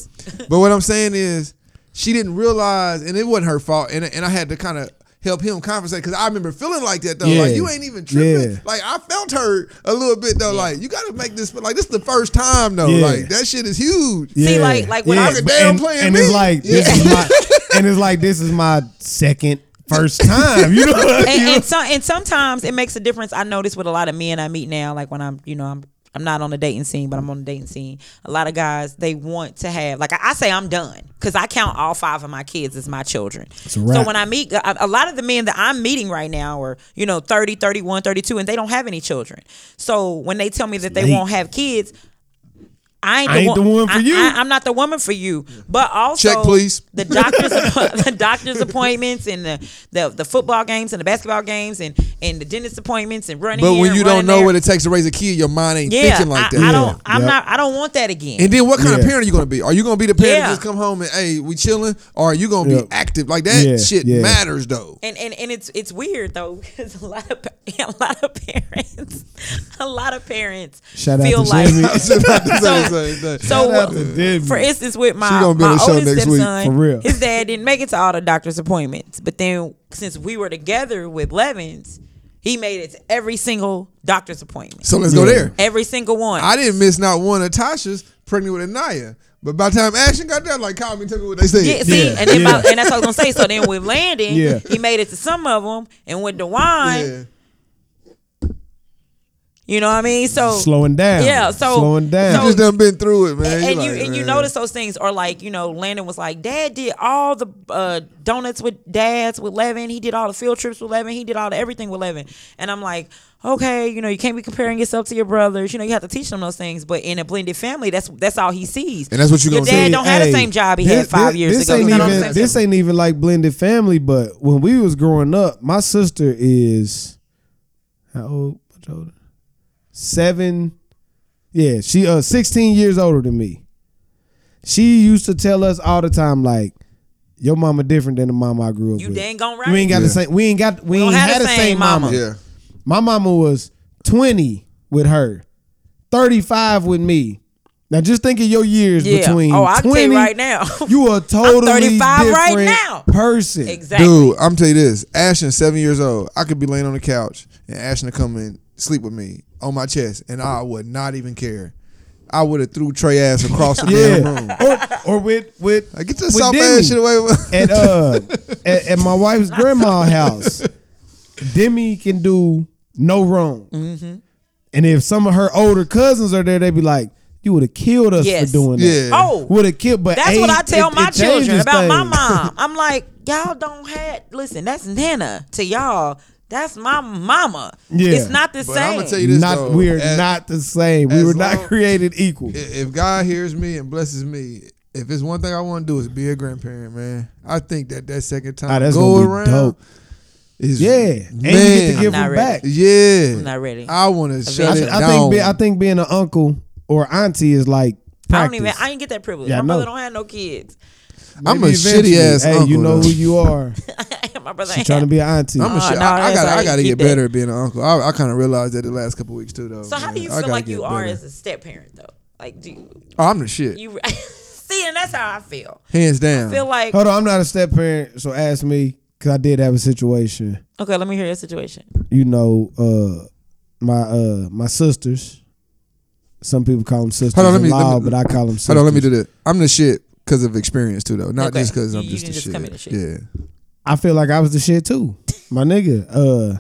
[SPEAKER 3] But what I'm saying is, she didn't realize, and it wasn't her fault. And and I had to kind of. Help him compensate because I remember feeling like that though. Like
[SPEAKER 1] Yeah.
[SPEAKER 3] you ain't even tripping.
[SPEAKER 1] Yeah.
[SPEAKER 3] Like I felt hurt a little bit though. Like you got to make this. Like this is the first time though.
[SPEAKER 1] Yeah.
[SPEAKER 3] Like that shit is huge.
[SPEAKER 2] See, like- like when I was-
[SPEAKER 1] but-
[SPEAKER 3] Damn
[SPEAKER 1] and,
[SPEAKER 3] playing
[SPEAKER 1] and
[SPEAKER 3] me.
[SPEAKER 1] it's like this is my, and it's like this is my second first time. You know, what
[SPEAKER 2] and,
[SPEAKER 1] you know?
[SPEAKER 2] and, some and sometimes it makes a difference. I notice with a lot of men I meet now, like when I'm, you know, I'm I'm not on the dating scene, but I'm on the dating scene. A lot of guys they want to have, like I, I say, I'm done because I count all five of my kids as my children.
[SPEAKER 1] a wrap.
[SPEAKER 2] So when I meet a a lot of the men that I'm meeting right now are, you know, 30, 31, 32, and they don't have any children. So when they tell me that they
[SPEAKER 1] late.
[SPEAKER 2] won't have kids. I ain't,
[SPEAKER 1] I ain't the one for
[SPEAKER 2] I-
[SPEAKER 1] you.
[SPEAKER 2] I, I'm not the woman for you. But also,
[SPEAKER 3] Check, please.
[SPEAKER 2] the doctors the doctors appointments and the, the the football games and the basketball games and and the dentist appointments and running.
[SPEAKER 3] But
[SPEAKER 2] here
[SPEAKER 3] when
[SPEAKER 2] and
[SPEAKER 3] you don't
[SPEAKER 2] running
[SPEAKER 3] know
[SPEAKER 2] there.
[SPEAKER 3] what it takes to raise a kid, your mind ain't
[SPEAKER 2] yeah,
[SPEAKER 3] thinking like
[SPEAKER 2] I,
[SPEAKER 3] that.
[SPEAKER 2] I don't. I'm
[SPEAKER 1] Yeah.
[SPEAKER 2] not. I don't want that again.
[SPEAKER 3] and then what kind of
[SPEAKER 1] Yeah.
[SPEAKER 3] parent are you gonna be? Are you gonna be the parent
[SPEAKER 2] Yeah.
[SPEAKER 3] that just come home and hey, we chilling? Or are you gonna
[SPEAKER 1] Yeah.
[SPEAKER 3] be active? Like that
[SPEAKER 1] Yeah,
[SPEAKER 3] shit
[SPEAKER 1] yeah.
[SPEAKER 3] matters though.
[SPEAKER 2] and and, and it's it's weird though because a lot of pa- a lot of parents a lot of parents
[SPEAKER 1] Shout out
[SPEAKER 2] feel
[SPEAKER 1] to
[SPEAKER 2] like
[SPEAKER 1] Jimmy.
[SPEAKER 3] I was about to say the same thing.
[SPEAKER 2] so
[SPEAKER 1] Shout out to Disney.
[SPEAKER 2] for instance with my,
[SPEAKER 3] Mm. She gonna be
[SPEAKER 2] my
[SPEAKER 3] on the show
[SPEAKER 2] oldest
[SPEAKER 3] next week,
[SPEAKER 2] stepson
[SPEAKER 1] for real.
[SPEAKER 2] his dad didn't make it to all the doctor's appointments but then since we were together with Levins he made it to every single doctor's appointment
[SPEAKER 3] So let's go there.
[SPEAKER 2] every single one
[SPEAKER 3] I didn't miss not one of Tasha's pregnant with Anaya. But by the time Ashton got there, like call me and tell me what they said.
[SPEAKER 2] Yeah, see,
[SPEAKER 1] Yeah,
[SPEAKER 2] and then
[SPEAKER 1] yeah.
[SPEAKER 2] my- and that's what I was gonna say. So then with Landon,
[SPEAKER 1] Yeah.
[SPEAKER 2] he made it to some of them, and with Dewan,
[SPEAKER 3] Yeah.
[SPEAKER 2] you know what I mean. So
[SPEAKER 1] slowing down.
[SPEAKER 2] Yeah, so-
[SPEAKER 1] slowing down.
[SPEAKER 2] so-
[SPEAKER 3] You just done been through it, man.
[SPEAKER 2] and, and you
[SPEAKER 3] like,
[SPEAKER 2] and you
[SPEAKER 3] man.
[SPEAKER 2] notice those things, or like you know, Landon was like, Dad did all the uh, donuts with dads with Levin. He did all the field trips with Levin. He did all the everything with Levin. And I'm like, okay, you know, you can't be comparing yourself to your brothers. You know, you have to teach them those things. But in a blended family, that's that's all he sees.
[SPEAKER 3] And that's what you
[SPEAKER 2] your
[SPEAKER 3] gonna
[SPEAKER 2] dad
[SPEAKER 3] see.
[SPEAKER 2] don't have the same job he had five years ago.
[SPEAKER 1] Ain't
[SPEAKER 2] He's not on the
[SPEAKER 1] even,
[SPEAKER 2] same
[SPEAKER 1] this ain't even like blended family, but when we was growing up, my sister is how old? Much older? Seven. Yeah, she uh sixteen years older than me. She used to tell us all the time, like, your mama different than the mama I grew up
[SPEAKER 2] You
[SPEAKER 1] with.
[SPEAKER 2] dang gone right.
[SPEAKER 1] We ain't got the
[SPEAKER 3] Yeah.
[SPEAKER 1] same we ain't got we,
[SPEAKER 2] don't
[SPEAKER 1] ain't
[SPEAKER 2] have
[SPEAKER 1] had the same, mama.
[SPEAKER 3] Yeah.
[SPEAKER 1] My mama was 20 with her, 35 with me. Now just think of your years
[SPEAKER 2] Yeah.
[SPEAKER 1] between.
[SPEAKER 2] Oh, I can tell
[SPEAKER 1] 20,
[SPEAKER 2] you right now.
[SPEAKER 1] you a totally
[SPEAKER 2] 35 right
[SPEAKER 1] different
[SPEAKER 2] now.
[SPEAKER 1] person.
[SPEAKER 2] exactly.
[SPEAKER 3] Dude, I'm tell you this. Ashton's seven years old. I could be laying on the couch and Ashton would come and sleep with me on my chest, and I would not even care. I would have threw Trey ass across the damn room.
[SPEAKER 1] Yeah, or, or with with
[SPEAKER 3] Like, get your
[SPEAKER 1] with
[SPEAKER 3] soft
[SPEAKER 1] Demi
[SPEAKER 3] ass shit away.
[SPEAKER 1] at uh at, at my wife's grandma's house. Demi can do no wrong,
[SPEAKER 2] Mm-hmm.
[SPEAKER 1] and if some of her older cousins are there, they be like, "You would have killed us
[SPEAKER 2] Yes.
[SPEAKER 1] for doing
[SPEAKER 3] Yeah.
[SPEAKER 1] that."
[SPEAKER 2] Oh,
[SPEAKER 1] Would have killed, but
[SPEAKER 2] That's what
[SPEAKER 1] age-
[SPEAKER 2] I tell
[SPEAKER 1] it-
[SPEAKER 2] my
[SPEAKER 1] it changes
[SPEAKER 2] children about my
[SPEAKER 1] things.
[SPEAKER 2] mom. I'm like, y'all don't had listen. That's Nana to y'all. That's my mama.
[SPEAKER 1] Yeah.
[SPEAKER 2] it's not the
[SPEAKER 3] But
[SPEAKER 2] same.
[SPEAKER 3] I'ma tell you this
[SPEAKER 1] not
[SPEAKER 3] though.
[SPEAKER 1] we are
[SPEAKER 3] As-
[SPEAKER 1] not the same. We
[SPEAKER 3] as
[SPEAKER 1] were not
[SPEAKER 3] long-
[SPEAKER 1] created equal.
[SPEAKER 3] I- if God hears me and blesses me, if it's one thing I want to do is be a grandparent, man. I think that that second time
[SPEAKER 1] Ah, that's
[SPEAKER 3] go
[SPEAKER 1] gonna be
[SPEAKER 3] around
[SPEAKER 1] dope.
[SPEAKER 3] is
[SPEAKER 1] Yeah, and you get to give
[SPEAKER 3] man.
[SPEAKER 2] I'm not
[SPEAKER 1] them
[SPEAKER 2] ready.
[SPEAKER 1] back.
[SPEAKER 3] yeah.
[SPEAKER 2] I'm not ready. I,
[SPEAKER 3] I want to shut
[SPEAKER 1] I,
[SPEAKER 3] it
[SPEAKER 1] th- I
[SPEAKER 3] down.
[SPEAKER 1] think be, I think being an uncle or auntie is like practice.
[SPEAKER 2] don't even. I ain't get that privilege.
[SPEAKER 1] Yeah, I
[SPEAKER 2] my brother
[SPEAKER 1] know.
[SPEAKER 2] don't have no kids.
[SPEAKER 3] I'm
[SPEAKER 1] Maybe
[SPEAKER 3] a shitty ass
[SPEAKER 1] Hey,
[SPEAKER 3] uncle,
[SPEAKER 1] you know
[SPEAKER 3] though.
[SPEAKER 1] who you are.
[SPEAKER 2] my brother.
[SPEAKER 1] She
[SPEAKER 2] ain't
[SPEAKER 1] trying to
[SPEAKER 2] have-
[SPEAKER 1] be an auntie.
[SPEAKER 3] I'm a
[SPEAKER 2] Oh,
[SPEAKER 3] shit.
[SPEAKER 2] no,
[SPEAKER 3] I, I
[SPEAKER 2] that's
[SPEAKER 3] gotta,
[SPEAKER 2] how
[SPEAKER 3] I
[SPEAKER 2] you
[SPEAKER 3] gotta
[SPEAKER 2] keep
[SPEAKER 3] get
[SPEAKER 2] that.
[SPEAKER 3] better at being an uncle. I, I kind of realized that the last couple weeks too, though.
[SPEAKER 2] so how do you feel like you are as a step parent though? Like do you,
[SPEAKER 3] oh, I'm the shit,
[SPEAKER 2] you see? And that's how I feel.
[SPEAKER 3] hands down.
[SPEAKER 2] Feel like
[SPEAKER 1] Hold on, I'm not a step parent, so ask me because I did have a situation.
[SPEAKER 2] okay. Let me hear your situation.
[SPEAKER 1] You know, uh, my uh, my sisters. Some people call them sisters
[SPEAKER 3] Hold on, let
[SPEAKER 1] in
[SPEAKER 3] me- let
[SPEAKER 1] law,
[SPEAKER 3] me-
[SPEAKER 1] but I call them. Sisters.
[SPEAKER 3] Hold on, let me do that. I'm the shit because of experience too, though, not
[SPEAKER 2] Okay.
[SPEAKER 3] just because I'm
[SPEAKER 2] You- you
[SPEAKER 3] just the
[SPEAKER 2] didn't just
[SPEAKER 3] shit.
[SPEAKER 2] come in the shit.
[SPEAKER 3] Yeah,
[SPEAKER 1] I feel like I was the shit too, my nigga. Uh,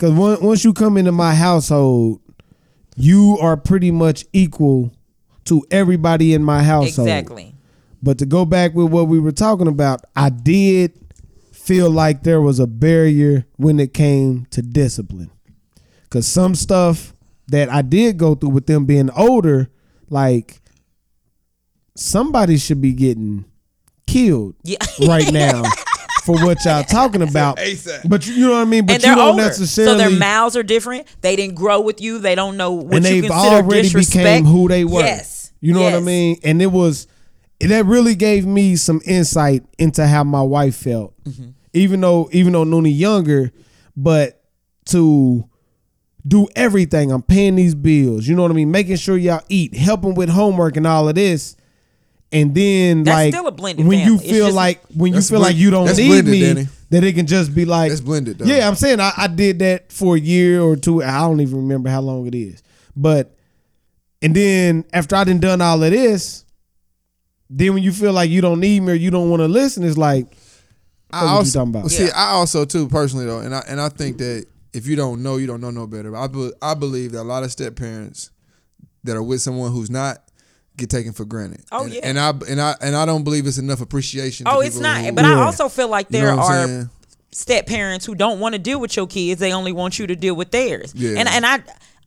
[SPEAKER 1] cause once once you come into my household, you are pretty much equal to everybody in my household.
[SPEAKER 2] Exactly.
[SPEAKER 1] But to go back with what we were talking about, I did feel like there was a barrier when it came to discipline. Cause some stuff that I did go through with them being older, like somebody should be getting killed
[SPEAKER 2] Yeah.
[SPEAKER 1] right now for what y'all talking about.
[SPEAKER 3] ASAP.
[SPEAKER 1] But you, you know what I mean? But
[SPEAKER 2] and they're
[SPEAKER 1] you don't
[SPEAKER 2] older, so
[SPEAKER 1] necessarily
[SPEAKER 2] their mouths are different. They didn't grow with you. They don't know what
[SPEAKER 1] and
[SPEAKER 2] you
[SPEAKER 1] they've
[SPEAKER 2] consider
[SPEAKER 1] already
[SPEAKER 2] disrespect.
[SPEAKER 1] became who they were.
[SPEAKER 2] Yes,
[SPEAKER 1] You know what
[SPEAKER 2] Yes.
[SPEAKER 1] I mean? And it was that really gave me some insight into how my wife felt.
[SPEAKER 2] Mm-hmm.
[SPEAKER 1] Even though even though Noonie younger, but to do everything. I'm paying these bills. You know what I mean? Making sure y'all eat, helping with homework and all of this. And then
[SPEAKER 2] That's
[SPEAKER 1] like
[SPEAKER 2] still a blended
[SPEAKER 1] when you
[SPEAKER 2] family. It's
[SPEAKER 1] feel
[SPEAKER 2] just-
[SPEAKER 1] like when you
[SPEAKER 3] That's
[SPEAKER 1] feel like
[SPEAKER 3] blend-
[SPEAKER 1] you don't
[SPEAKER 3] that's
[SPEAKER 1] need
[SPEAKER 3] blended,
[SPEAKER 1] me,
[SPEAKER 3] Danny.
[SPEAKER 1] that it can just be like
[SPEAKER 3] That's blended, though.
[SPEAKER 1] Yeah, I'm saying I, I did that for a year or two. I don't even remember how long it is. But and then after I done done all of this, then when you feel like you don't need me or you don't want to listen, it's like
[SPEAKER 3] I
[SPEAKER 1] What was you
[SPEAKER 3] also
[SPEAKER 1] talking about?
[SPEAKER 3] well, see.
[SPEAKER 2] Yeah.
[SPEAKER 3] I also too personally though, and I and I think that if you don't know, you don't know no better. But I be, I believe that a lot of step parents that are with someone who's not get taken for granted.
[SPEAKER 2] Oh,
[SPEAKER 3] and,
[SPEAKER 2] yeah.
[SPEAKER 3] and I and I and I don't believe it's enough appreciation. to
[SPEAKER 2] Oh, it's
[SPEAKER 3] people
[SPEAKER 2] not.
[SPEAKER 3] who-
[SPEAKER 2] but I
[SPEAKER 1] Yeah.
[SPEAKER 2] also feel like
[SPEAKER 3] you know
[SPEAKER 2] there
[SPEAKER 3] what I'm
[SPEAKER 2] are
[SPEAKER 3] saying?
[SPEAKER 2] step parents who don't want to deal with your kids. They only want you to deal with theirs.
[SPEAKER 3] Yeah.
[SPEAKER 2] And and I,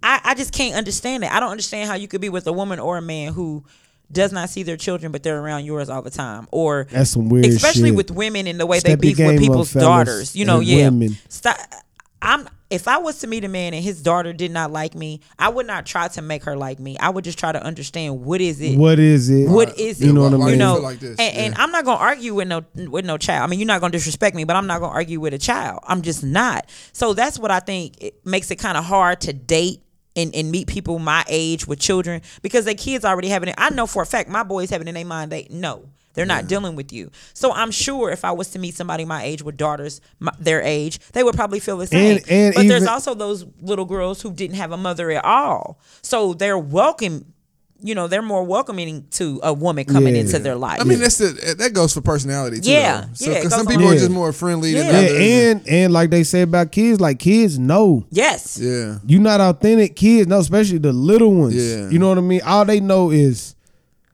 [SPEAKER 2] I I just can't understand that. I don't understand how you could be with a woman or a man who does not see their children, but they're around yours all the time. Or
[SPEAKER 1] That's some weird
[SPEAKER 2] especially
[SPEAKER 1] shit.
[SPEAKER 2] with women in the way
[SPEAKER 1] Step
[SPEAKER 2] they
[SPEAKER 1] your
[SPEAKER 2] beef with
[SPEAKER 1] game up,
[SPEAKER 2] people's
[SPEAKER 1] fellas,
[SPEAKER 2] daughters. You know,
[SPEAKER 1] and
[SPEAKER 2] yeah.
[SPEAKER 1] women.
[SPEAKER 2] Stop. I'm if I was to meet a man and his daughter did not like me, I would not try to make her like me. I would just try to understand what is it
[SPEAKER 1] what is it?
[SPEAKER 2] what is it?
[SPEAKER 1] You know what I
[SPEAKER 3] Why
[SPEAKER 1] mean?
[SPEAKER 3] you
[SPEAKER 2] You know,
[SPEAKER 3] feel like this?
[SPEAKER 2] and, and
[SPEAKER 3] Yeah.
[SPEAKER 2] I'm not gonna argue with no with no child. I mean, you're not gonna disrespect me, but I'm not gonna argue with a child. I'm just not. So that's what I think it makes it kind of hard to date. And, and meet people my age with children because their kids already having it. I know for a fact my boys having it in their mind they no, they're not dealing with you. So I'm sure if I was to meet somebody my age with daughters my, their age, they would probably feel the same.
[SPEAKER 1] And- and
[SPEAKER 2] but there's
[SPEAKER 1] even-
[SPEAKER 2] also those little girls who didn't have a mother at all, so they're welcome. You know, they're more welcoming to a woman coming
[SPEAKER 1] Yeah.
[SPEAKER 2] into their life.
[SPEAKER 3] I mean, that's the that goes for personality too.
[SPEAKER 2] Yeah,
[SPEAKER 3] though.
[SPEAKER 2] yeah,
[SPEAKER 3] So,
[SPEAKER 2] it goes
[SPEAKER 3] some
[SPEAKER 2] along
[SPEAKER 3] people
[SPEAKER 1] with
[SPEAKER 3] are
[SPEAKER 1] it.
[SPEAKER 3] just more friendly
[SPEAKER 2] Yeah.
[SPEAKER 3] than
[SPEAKER 1] Yeah,
[SPEAKER 3] others.
[SPEAKER 1] and and like they say about kids, like kids know.
[SPEAKER 2] yes.
[SPEAKER 3] yeah,
[SPEAKER 1] You not authentic kids, no, especially the little ones.
[SPEAKER 3] Yeah.
[SPEAKER 1] You know what I mean? All they know is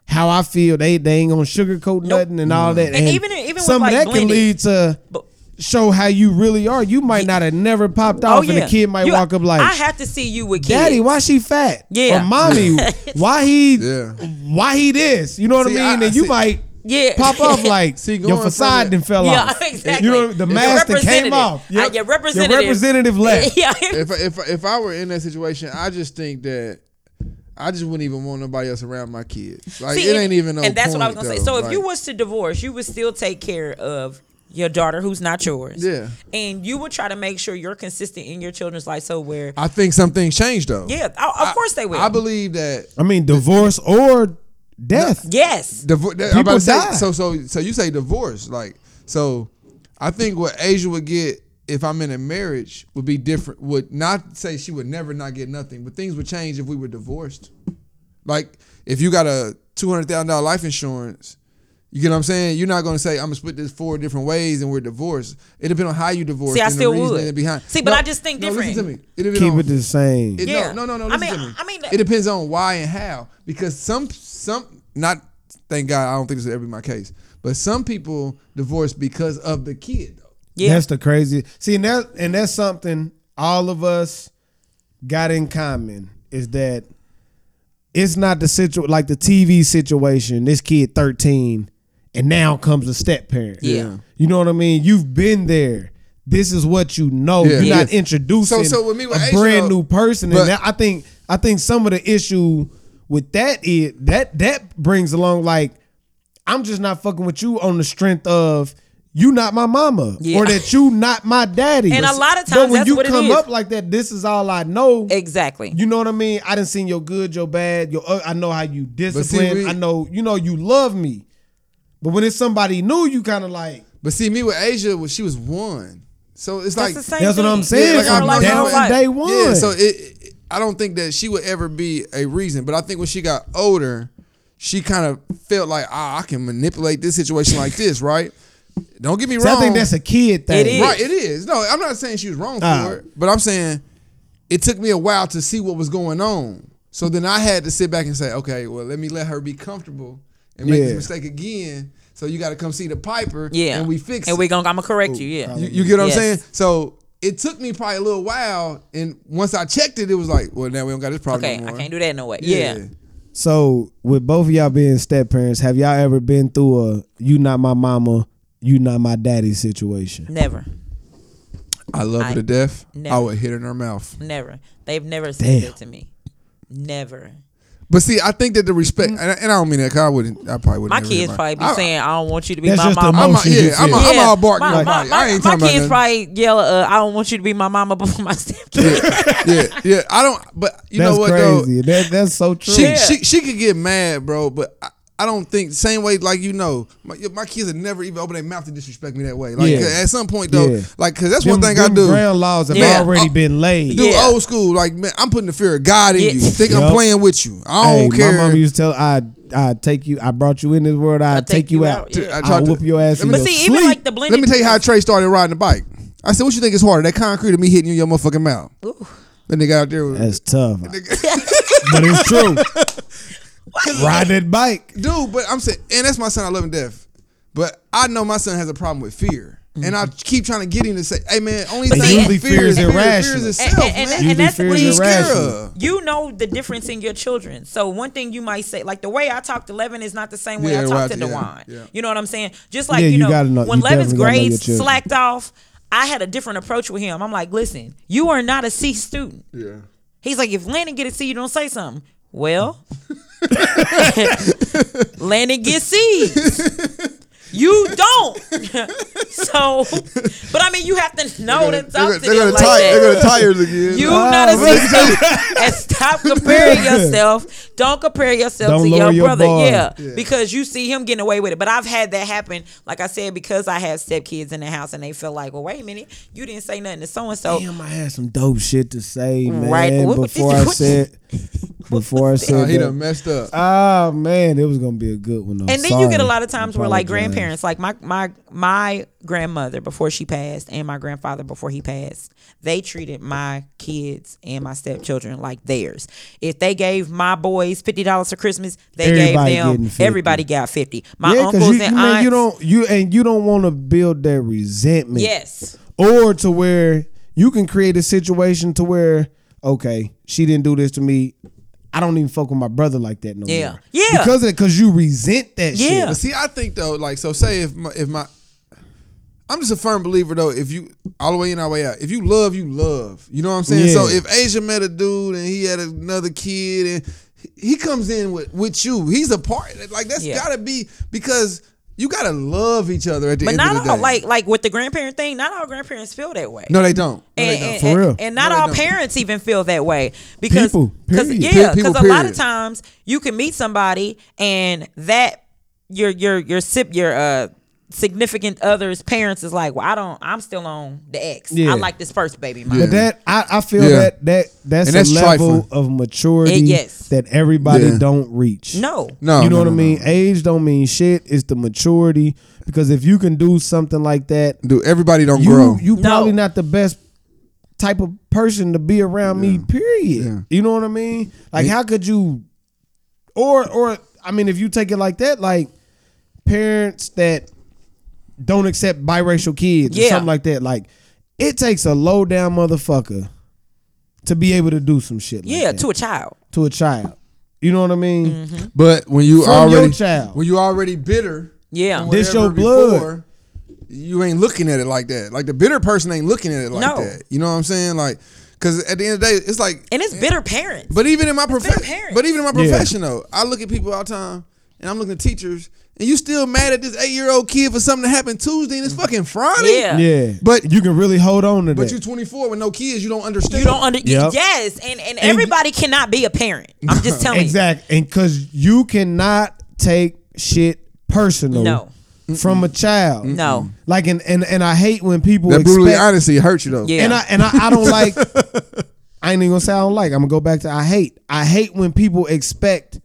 [SPEAKER 1] how I feel. They they ain't gonna sugarcoat nothing and all that.
[SPEAKER 2] And even- even with,
[SPEAKER 1] some of
[SPEAKER 2] like,
[SPEAKER 1] that can
[SPEAKER 2] blended-
[SPEAKER 1] lead to
[SPEAKER 2] But-
[SPEAKER 1] show how you really are. You might not have never popped off, and the kid might
[SPEAKER 2] Oh, You-
[SPEAKER 1] walk up like,
[SPEAKER 2] I have to see you with kids.
[SPEAKER 1] "Daddy, why she fat?
[SPEAKER 2] Yeah.
[SPEAKER 1] or mommy, why he,
[SPEAKER 3] Yeah.
[SPEAKER 1] why he this? You know what
[SPEAKER 3] See,
[SPEAKER 1] I mean?
[SPEAKER 3] I- I
[SPEAKER 1] and you
[SPEAKER 3] see-
[SPEAKER 1] might
[SPEAKER 2] Yeah.
[SPEAKER 1] pop off like
[SPEAKER 3] See, going
[SPEAKER 1] your
[SPEAKER 3] from
[SPEAKER 1] facade
[SPEAKER 3] the-
[SPEAKER 1] then fell
[SPEAKER 2] Yeah,
[SPEAKER 1] off.
[SPEAKER 2] exactly.
[SPEAKER 1] You know the
[SPEAKER 2] Your
[SPEAKER 1] mask that came
[SPEAKER 2] representative.
[SPEAKER 1] off.
[SPEAKER 2] Uh, your representative.
[SPEAKER 1] representative left.
[SPEAKER 2] yeah.
[SPEAKER 3] if if if I were in that situation, I just think that I just wouldn't even want nobody else around my kids. Like
[SPEAKER 2] See,
[SPEAKER 3] it ain't even no.
[SPEAKER 2] And that's what I was
[SPEAKER 3] point,
[SPEAKER 2] gonna say.
[SPEAKER 3] though.
[SPEAKER 2] So if
[SPEAKER 3] Like,
[SPEAKER 2] you was to divorce, you would still take care of your daughter who's not yours.
[SPEAKER 3] Yeah.
[SPEAKER 2] And you would try to make sure you're consistent in your children's life. So where
[SPEAKER 3] I think some things changed though.
[SPEAKER 2] Yeah, of- of course they will.
[SPEAKER 3] I believe that.
[SPEAKER 1] I mean, divorce or death.
[SPEAKER 2] yes.
[SPEAKER 3] Divo- that- I'm
[SPEAKER 1] People
[SPEAKER 3] about to say-
[SPEAKER 1] die.
[SPEAKER 3] so so so you say divorce like so. I think what Asia would get if I'm in a marriage would be different. Would not say she would never not get nothing, but things would change if we were divorced. Like if you got a two hundred thousand dollar life insurance, you get what I'm saying. You're not gonna say I'm gonna split this four different ways and we're divorced. It depends on how you divorce.
[SPEAKER 2] See, I
[SPEAKER 3] and the
[SPEAKER 2] still
[SPEAKER 3] reasoning
[SPEAKER 2] would.
[SPEAKER 3] Behind.
[SPEAKER 2] See, but I just think
[SPEAKER 3] no, Listen to
[SPEAKER 2] different.
[SPEAKER 3] me. It depends
[SPEAKER 1] Keep
[SPEAKER 3] on-
[SPEAKER 1] it the same.
[SPEAKER 3] it-
[SPEAKER 2] Yeah.
[SPEAKER 3] No, no, no.
[SPEAKER 2] I
[SPEAKER 3] Listen
[SPEAKER 2] mean-
[SPEAKER 3] to me.
[SPEAKER 2] I mean-
[SPEAKER 3] it depends on why and how. Because some, some, not. Thank God, I don't think this will ever be my case. But some people divorce because of the kid. Though.
[SPEAKER 2] Yeah.
[SPEAKER 1] That's the crazy. See, and that and that's something all of us got in common is that it's not the situ like the TV situation. This kid thirteen, and now comes a step parent.
[SPEAKER 2] Yeah.
[SPEAKER 1] you know what I mean. You've been there. This is what you know.
[SPEAKER 3] Yeah.
[SPEAKER 1] You're not
[SPEAKER 3] Yeah.
[SPEAKER 1] introducing
[SPEAKER 3] So- so with me with
[SPEAKER 1] a
[SPEAKER 3] Asia,
[SPEAKER 1] brand
[SPEAKER 3] though,
[SPEAKER 1] new person,
[SPEAKER 3] but-
[SPEAKER 1] and that, I think I think some of the issue with that is that that brings along like I'm just not fucking with you on the strength of you not my mama
[SPEAKER 2] Yeah.
[SPEAKER 1] or that you not my daddy.
[SPEAKER 2] And a lot of
[SPEAKER 1] but
[SPEAKER 2] times
[SPEAKER 1] when
[SPEAKER 2] that's
[SPEAKER 1] you
[SPEAKER 2] what it
[SPEAKER 1] come
[SPEAKER 2] is.
[SPEAKER 1] up like that, this is all I know.
[SPEAKER 2] Exactly.
[SPEAKER 1] You know what I mean? I didn't seen your good, your bad, your. Uh, I know how you discipline.
[SPEAKER 3] we-
[SPEAKER 1] I know you know you love me, but when it's somebody new, you kind of like.
[SPEAKER 3] But see, me with Asia, well, she was one. So it's
[SPEAKER 2] That's
[SPEAKER 3] like
[SPEAKER 2] the same
[SPEAKER 1] That's what
[SPEAKER 2] thing.
[SPEAKER 1] I'm saying.
[SPEAKER 2] Yeah,
[SPEAKER 3] like,
[SPEAKER 1] from
[SPEAKER 3] I'm-
[SPEAKER 2] like,
[SPEAKER 1] down to
[SPEAKER 2] I'm like-
[SPEAKER 1] day one.
[SPEAKER 3] Yeah, so it, it- I don't think that she would ever be a reason, but I think when she got older, she kind of felt like, ah, I can manipulate this situation like this, right? Don't get me
[SPEAKER 1] See,
[SPEAKER 3] wrong.
[SPEAKER 1] I think that's a kid thing.
[SPEAKER 2] It is.
[SPEAKER 3] Right, it is. No, I'm not saying she was wrong
[SPEAKER 1] Ah.
[SPEAKER 3] for it, but I'm saying it took me a while to see what was going on. So then I had to sit back and say, okay, well, let me let her be comfortable and make this
[SPEAKER 1] Yeah.
[SPEAKER 3] mistake again. So you got to come see the piper.
[SPEAKER 2] Yeah.
[SPEAKER 3] And we fix
[SPEAKER 2] And
[SPEAKER 3] it. Oh,
[SPEAKER 2] we gonna I'm gonna correct you. Yeah.
[SPEAKER 3] You, you get what
[SPEAKER 2] Yes.
[SPEAKER 3] I'm saying? So it took me probably a little while, and once I checked it, it was like, well, now we don't got this problem
[SPEAKER 2] okay, I
[SPEAKER 3] anymore.
[SPEAKER 2] can't do that no way. Yeah.
[SPEAKER 1] So, with both of y'all being step parents, have y'all ever been through a "you not my mama, you not my daddy" situation?
[SPEAKER 2] Never.
[SPEAKER 3] I love
[SPEAKER 2] I
[SPEAKER 3] her to death. I
[SPEAKER 2] never-
[SPEAKER 3] would hit her in her mouth.
[SPEAKER 2] Never. They've never said
[SPEAKER 1] Damn.
[SPEAKER 2] that to me. Never.
[SPEAKER 3] But see, I think that the respect, and I, and I don't mean that. 'cause I wouldn't. I probably
[SPEAKER 2] Mm.
[SPEAKER 3] wouldn't.
[SPEAKER 2] My
[SPEAKER 3] ever hit
[SPEAKER 2] kids
[SPEAKER 3] her.
[SPEAKER 2] probably be
[SPEAKER 3] I-
[SPEAKER 2] saying, "I don't want you to be
[SPEAKER 1] That's
[SPEAKER 2] my
[SPEAKER 1] just the
[SPEAKER 2] mama."
[SPEAKER 3] I'm a,
[SPEAKER 1] Emotions you
[SPEAKER 3] yeah, I'm, a,
[SPEAKER 1] feel.
[SPEAKER 3] I'm all barking.
[SPEAKER 2] my,
[SPEAKER 3] like,
[SPEAKER 2] my,
[SPEAKER 3] I ain't
[SPEAKER 2] my
[SPEAKER 3] talking
[SPEAKER 2] kids
[SPEAKER 3] about
[SPEAKER 2] probably yell, uh, "I don't want you to be my mama before my stepdad."
[SPEAKER 3] nothing. Yeah, yeah. I don't. But you
[SPEAKER 1] that's
[SPEAKER 3] know what though?
[SPEAKER 1] crazy. That, that's so true.
[SPEAKER 3] She,
[SPEAKER 2] Yeah.
[SPEAKER 3] she she could get mad, bro. But I, I don't think same way like you know my, my kids have never even opened their mouth to disrespect me that way. Like
[SPEAKER 1] Yeah.
[SPEAKER 3] at some point though,
[SPEAKER 1] Yeah.
[SPEAKER 3] like because that's one
[SPEAKER 1] Them-
[SPEAKER 3] thing I
[SPEAKER 1] them
[SPEAKER 3] do.
[SPEAKER 1] Ground laws have
[SPEAKER 2] Yeah.
[SPEAKER 1] already
[SPEAKER 3] Oh,
[SPEAKER 1] been laid.
[SPEAKER 3] Dude,
[SPEAKER 2] Yeah.
[SPEAKER 3] old school, like man, I'm putting the fear of God in
[SPEAKER 2] Yeah.
[SPEAKER 3] you. Think I'm
[SPEAKER 1] Yup.
[SPEAKER 3] playing with you. I
[SPEAKER 1] hey,
[SPEAKER 3] don't care.
[SPEAKER 1] my mom used to tell I I take you. I brought you in this world. I
[SPEAKER 2] I'll
[SPEAKER 1] take, you out.
[SPEAKER 2] yeah.
[SPEAKER 3] I
[SPEAKER 1] I
[SPEAKER 3] tried to-
[SPEAKER 1] whoop your ass. in
[SPEAKER 2] But
[SPEAKER 1] your
[SPEAKER 2] see,
[SPEAKER 1] sleep.
[SPEAKER 2] even like the
[SPEAKER 3] Let
[SPEAKER 2] blending.
[SPEAKER 3] me tell you how Trey started riding the bike. I said, "What you think is harder, that concrete or me hitting you in your motherfucking mouth?"
[SPEAKER 2] Ooh.
[SPEAKER 3] Then they got out there, with,
[SPEAKER 1] that's tough. but it's true. Ride that bike.
[SPEAKER 3] dude. But I'm saying, and that's my son. I love him to death. But I know my son has a problem with fear, and I keep trying to get him to say, "Hey, man, only
[SPEAKER 1] Mm-hmm. But
[SPEAKER 3] thing
[SPEAKER 1] usually fear is
[SPEAKER 3] Fear
[SPEAKER 1] irrational.
[SPEAKER 3] is
[SPEAKER 2] And,
[SPEAKER 3] itself,
[SPEAKER 2] and, and,
[SPEAKER 3] man.
[SPEAKER 2] and
[SPEAKER 1] Usually
[SPEAKER 2] that's the
[SPEAKER 1] fear is
[SPEAKER 2] thing.
[SPEAKER 1] irrational.
[SPEAKER 2] You know the difference in your children. So one thing you might say, like the way I talk to Levin is not the same way
[SPEAKER 3] Yeah,
[SPEAKER 2] I talk
[SPEAKER 3] right,
[SPEAKER 2] to
[SPEAKER 3] yeah,
[SPEAKER 2] Dewan.
[SPEAKER 3] yeah.
[SPEAKER 2] You know what I'm saying? Just like
[SPEAKER 1] Yeah,
[SPEAKER 2] you,
[SPEAKER 1] you
[SPEAKER 2] know,
[SPEAKER 1] gotta know-
[SPEAKER 2] when
[SPEAKER 1] you
[SPEAKER 2] Levin's
[SPEAKER 1] definitely gotta know your
[SPEAKER 2] grades
[SPEAKER 1] children.
[SPEAKER 2] slacked off, I had a different approach with him. I'm like, listen, you are not a C student.
[SPEAKER 3] Yeah.
[SPEAKER 2] He's like, if Landon get a C, you don't say something. Well, Landon gets C's. You don't. so, but I mean, you have to know to talk to them like that.
[SPEAKER 3] tires again.
[SPEAKER 2] You
[SPEAKER 1] Oh,
[SPEAKER 2] not a
[SPEAKER 1] man.
[SPEAKER 2] sicko. and stop comparing yourself. Don't compare yourself
[SPEAKER 1] Don't
[SPEAKER 2] to
[SPEAKER 1] lower
[SPEAKER 2] your,
[SPEAKER 1] your
[SPEAKER 2] brother.
[SPEAKER 1] bar.
[SPEAKER 2] Yeah,
[SPEAKER 3] Yeah.
[SPEAKER 2] because you see him getting away with it. But I've had that happen. Like I said, because I have stepkids in the house, and they feel like, well, wait a minute, you didn't say nothing to so and
[SPEAKER 3] Oh.
[SPEAKER 2] so.
[SPEAKER 1] Damn, I had some dope shit to say, man.
[SPEAKER 2] Right. What-
[SPEAKER 1] before I said, before I
[SPEAKER 3] Nah,
[SPEAKER 1] said,
[SPEAKER 3] he
[SPEAKER 1] that.
[SPEAKER 3] done messed up.
[SPEAKER 1] ah man, it was gonna be a good one. Though.
[SPEAKER 2] And then you get a
[SPEAKER 1] Sorry.
[SPEAKER 2] lot of times where like
[SPEAKER 1] Apologize.
[SPEAKER 2] grandparents, like my my my grandmother before she passed and my grandfather before he passed, they treated my kids and my stepchildren like theirs. If they gave my boys fifty dollars for Christmas, they
[SPEAKER 1] Everybody
[SPEAKER 2] gave
[SPEAKER 1] getting
[SPEAKER 2] them
[SPEAKER 1] 50.
[SPEAKER 2] everybody got fifty. My
[SPEAKER 1] yeah,
[SPEAKER 2] uncles
[SPEAKER 1] because you,
[SPEAKER 2] and
[SPEAKER 1] you,
[SPEAKER 2] aunts,
[SPEAKER 1] man, you don't you and you don't want to build that resentment.
[SPEAKER 2] yes,
[SPEAKER 1] or to where you can create a situation to where okay she didn't do this to me i don't even fuck with my brother like that no
[SPEAKER 2] Yeah.
[SPEAKER 1] more
[SPEAKER 2] Yeah.
[SPEAKER 1] because of it because you resent that
[SPEAKER 2] Yeah.
[SPEAKER 1] shit
[SPEAKER 3] But see, I think though, like, so say if my, if my, I'm just a firm believer though. If you all the way in, all the way out. If you love, you love. You know what I'm saying? So
[SPEAKER 1] Yeah.
[SPEAKER 3] if Asia met a dude and he had another kid and he comes in with with you, he's a part. Like that's
[SPEAKER 2] Yeah.
[SPEAKER 3] gotta be because you gotta love each other at the
[SPEAKER 2] but
[SPEAKER 3] end
[SPEAKER 2] not
[SPEAKER 3] of the
[SPEAKER 2] all
[SPEAKER 3] day.
[SPEAKER 2] like like with the grandparent thing. Not all grandparents feel that way.
[SPEAKER 3] no, they don't. No, they
[SPEAKER 2] and,
[SPEAKER 3] don't.
[SPEAKER 2] and-
[SPEAKER 1] For
[SPEAKER 2] and-
[SPEAKER 1] real.
[SPEAKER 2] and not
[SPEAKER 3] No, they
[SPEAKER 2] all
[SPEAKER 3] don't.
[SPEAKER 2] parents even feel that way because
[SPEAKER 1] People,
[SPEAKER 2] 'cause-
[SPEAKER 1] period.
[SPEAKER 2] yeah
[SPEAKER 3] Pe- people,
[SPEAKER 2] because a lot
[SPEAKER 3] period.
[SPEAKER 2] of times you can meet somebody and that your your your sip your uh significant other's parents is like well I don't I'm still on the ex
[SPEAKER 1] Yeah.
[SPEAKER 2] I like this first baby mama.
[SPEAKER 1] but that I, I feel
[SPEAKER 3] Yeah.
[SPEAKER 1] that that that's,
[SPEAKER 3] And that's
[SPEAKER 1] a level
[SPEAKER 3] trifling.
[SPEAKER 1] of maturity
[SPEAKER 2] It- Eh, yes.
[SPEAKER 1] that everybody
[SPEAKER 3] Yeah.
[SPEAKER 1] don't reach.
[SPEAKER 2] no
[SPEAKER 3] No,
[SPEAKER 1] you know
[SPEAKER 3] no,
[SPEAKER 1] what
[SPEAKER 3] no,
[SPEAKER 1] I
[SPEAKER 3] no.
[SPEAKER 1] mean. Age don't mean shit. It's the maturity because if you can do something like that,
[SPEAKER 3] Dude, everybody don't grow.
[SPEAKER 1] you you
[SPEAKER 2] No.
[SPEAKER 1] probably not the best type of person to be around me. Period.
[SPEAKER 3] Yeah.
[SPEAKER 1] You know what I mean? Like, how could you? Or or I mean, if you take it like that, like parents that don't accept biracial kids or
[SPEAKER 2] Yeah.
[SPEAKER 1] something like that, like it takes a low down motherfucker to be able to do some shit. Like
[SPEAKER 2] yeah Mm-hmm.
[SPEAKER 1] that
[SPEAKER 2] to a child
[SPEAKER 1] to a child. You know what I mean?
[SPEAKER 3] But when you
[SPEAKER 1] From your
[SPEAKER 3] already
[SPEAKER 1] child.
[SPEAKER 3] when you already bitter,
[SPEAKER 2] Yeah.
[SPEAKER 3] from
[SPEAKER 1] This
[SPEAKER 3] whatever
[SPEAKER 1] your blood.
[SPEAKER 3] before, you ain't looking at it like that. Like the bitter person ain't looking at it like
[SPEAKER 2] No.
[SPEAKER 3] that. You know what I'm saying? Like, because at the end of the day, it's like.
[SPEAKER 2] and it's bitter parents
[SPEAKER 3] But even in my
[SPEAKER 2] better
[SPEAKER 3] profession,
[SPEAKER 2] parents.
[SPEAKER 3] but even in my
[SPEAKER 1] Yeah.
[SPEAKER 3] profession though, I look at people all the time, and I'm looking at teachers, and you still mad at this eight year old kid for something that happened Tuesday and it's fucking Friday.
[SPEAKER 2] Mm-hmm. Yeah.
[SPEAKER 1] Yeah,
[SPEAKER 3] But-
[SPEAKER 1] you can really hold on to
[SPEAKER 3] But
[SPEAKER 1] that.
[SPEAKER 3] you're 24 with no kids, you don't understand.
[SPEAKER 2] you don't under
[SPEAKER 1] Yep.
[SPEAKER 2] yes and and everybody cannot be a parent I'm just telling
[SPEAKER 1] Exactly. And because you cannot take shit personal
[SPEAKER 2] No.
[SPEAKER 1] from a child.
[SPEAKER 2] No.
[SPEAKER 1] Like and and, and I hate when people
[SPEAKER 3] That
[SPEAKER 1] expect,
[SPEAKER 3] brutally honesty hurt you though.
[SPEAKER 2] Yeah.
[SPEAKER 1] and I and I, I don't like I ain't even gonna say I don't like. I'm gonna go back to I hate. I hate when people expect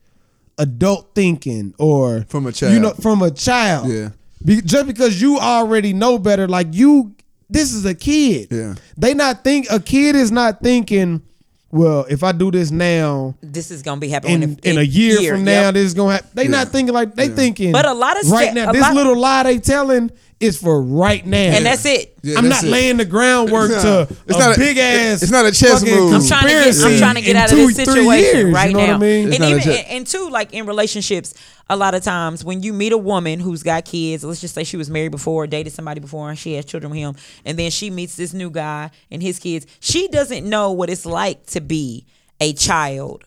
[SPEAKER 1] adult thinking or
[SPEAKER 3] From a
[SPEAKER 1] You know,
[SPEAKER 3] child.
[SPEAKER 1] from a child.
[SPEAKER 3] Yeah.
[SPEAKER 1] Be, just because you already know better, like you, this is a kid.
[SPEAKER 3] Yeah.
[SPEAKER 1] They not think a kid is not thinking. well, if I do this now,
[SPEAKER 2] This is gonna be
[SPEAKER 1] in,
[SPEAKER 2] happening
[SPEAKER 1] in, a year, from now,
[SPEAKER 2] yep.
[SPEAKER 1] this is gonna happen. They not thinking like they thinking.
[SPEAKER 2] But a lot of
[SPEAKER 1] right
[SPEAKER 2] se-
[SPEAKER 1] now,
[SPEAKER 2] a
[SPEAKER 1] this
[SPEAKER 2] lot-
[SPEAKER 1] little lie they telling is for right now,
[SPEAKER 2] and that's it.
[SPEAKER 3] Yeah,
[SPEAKER 1] I'm
[SPEAKER 3] that's
[SPEAKER 1] not
[SPEAKER 3] it.
[SPEAKER 1] laying the groundwork
[SPEAKER 3] Nah.
[SPEAKER 1] to
[SPEAKER 3] It's
[SPEAKER 1] a
[SPEAKER 3] not a-
[SPEAKER 1] big
[SPEAKER 3] it-
[SPEAKER 1] ass.
[SPEAKER 3] it's not a chess
[SPEAKER 1] fucking
[SPEAKER 3] move.
[SPEAKER 2] I'm trying to get, I'm
[SPEAKER 1] conspiracy
[SPEAKER 2] trying to get
[SPEAKER 1] in
[SPEAKER 2] out of
[SPEAKER 1] two,
[SPEAKER 2] this
[SPEAKER 1] three
[SPEAKER 2] situation
[SPEAKER 1] years,
[SPEAKER 2] right
[SPEAKER 1] you know
[SPEAKER 2] now.
[SPEAKER 1] What I mean?
[SPEAKER 2] And
[SPEAKER 3] It's not a
[SPEAKER 2] even
[SPEAKER 3] joke.
[SPEAKER 2] and, and two, like in relationships, a lot of times when you meet a woman who's got kids, let's just say she was married before, dated somebody before, and she has children with him, and then she meets this new guy and his kids, she doesn't know what it's like to be a child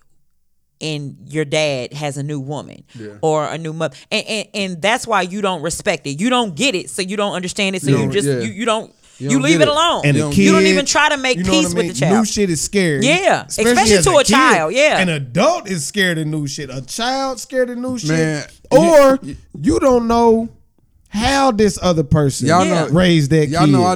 [SPEAKER 2] and your dad has a new woman or a new mother and, and and that's why you don't respect it you don't get it so you don't understand it so you,
[SPEAKER 3] don't-
[SPEAKER 2] just
[SPEAKER 3] yeah.
[SPEAKER 2] you, you don't you,
[SPEAKER 3] don't
[SPEAKER 2] leave
[SPEAKER 3] get
[SPEAKER 2] it
[SPEAKER 3] it.
[SPEAKER 2] alone
[SPEAKER 1] And
[SPEAKER 3] You
[SPEAKER 1] a
[SPEAKER 3] don't-
[SPEAKER 1] kid,
[SPEAKER 2] you don't even try to make
[SPEAKER 1] you know what
[SPEAKER 2] peace
[SPEAKER 1] I
[SPEAKER 2] with
[SPEAKER 1] mean?
[SPEAKER 2] the child
[SPEAKER 1] New shit is scary.
[SPEAKER 2] Yeah, especially
[SPEAKER 1] as
[SPEAKER 2] to a child, yeah.
[SPEAKER 1] an adult is scared of new shit. A child scared of new
[SPEAKER 3] Man,
[SPEAKER 1] shit. Or you don't know how this other person
[SPEAKER 3] Y'all
[SPEAKER 2] know-
[SPEAKER 1] raised that
[SPEAKER 3] Y'all
[SPEAKER 1] kid.
[SPEAKER 3] know I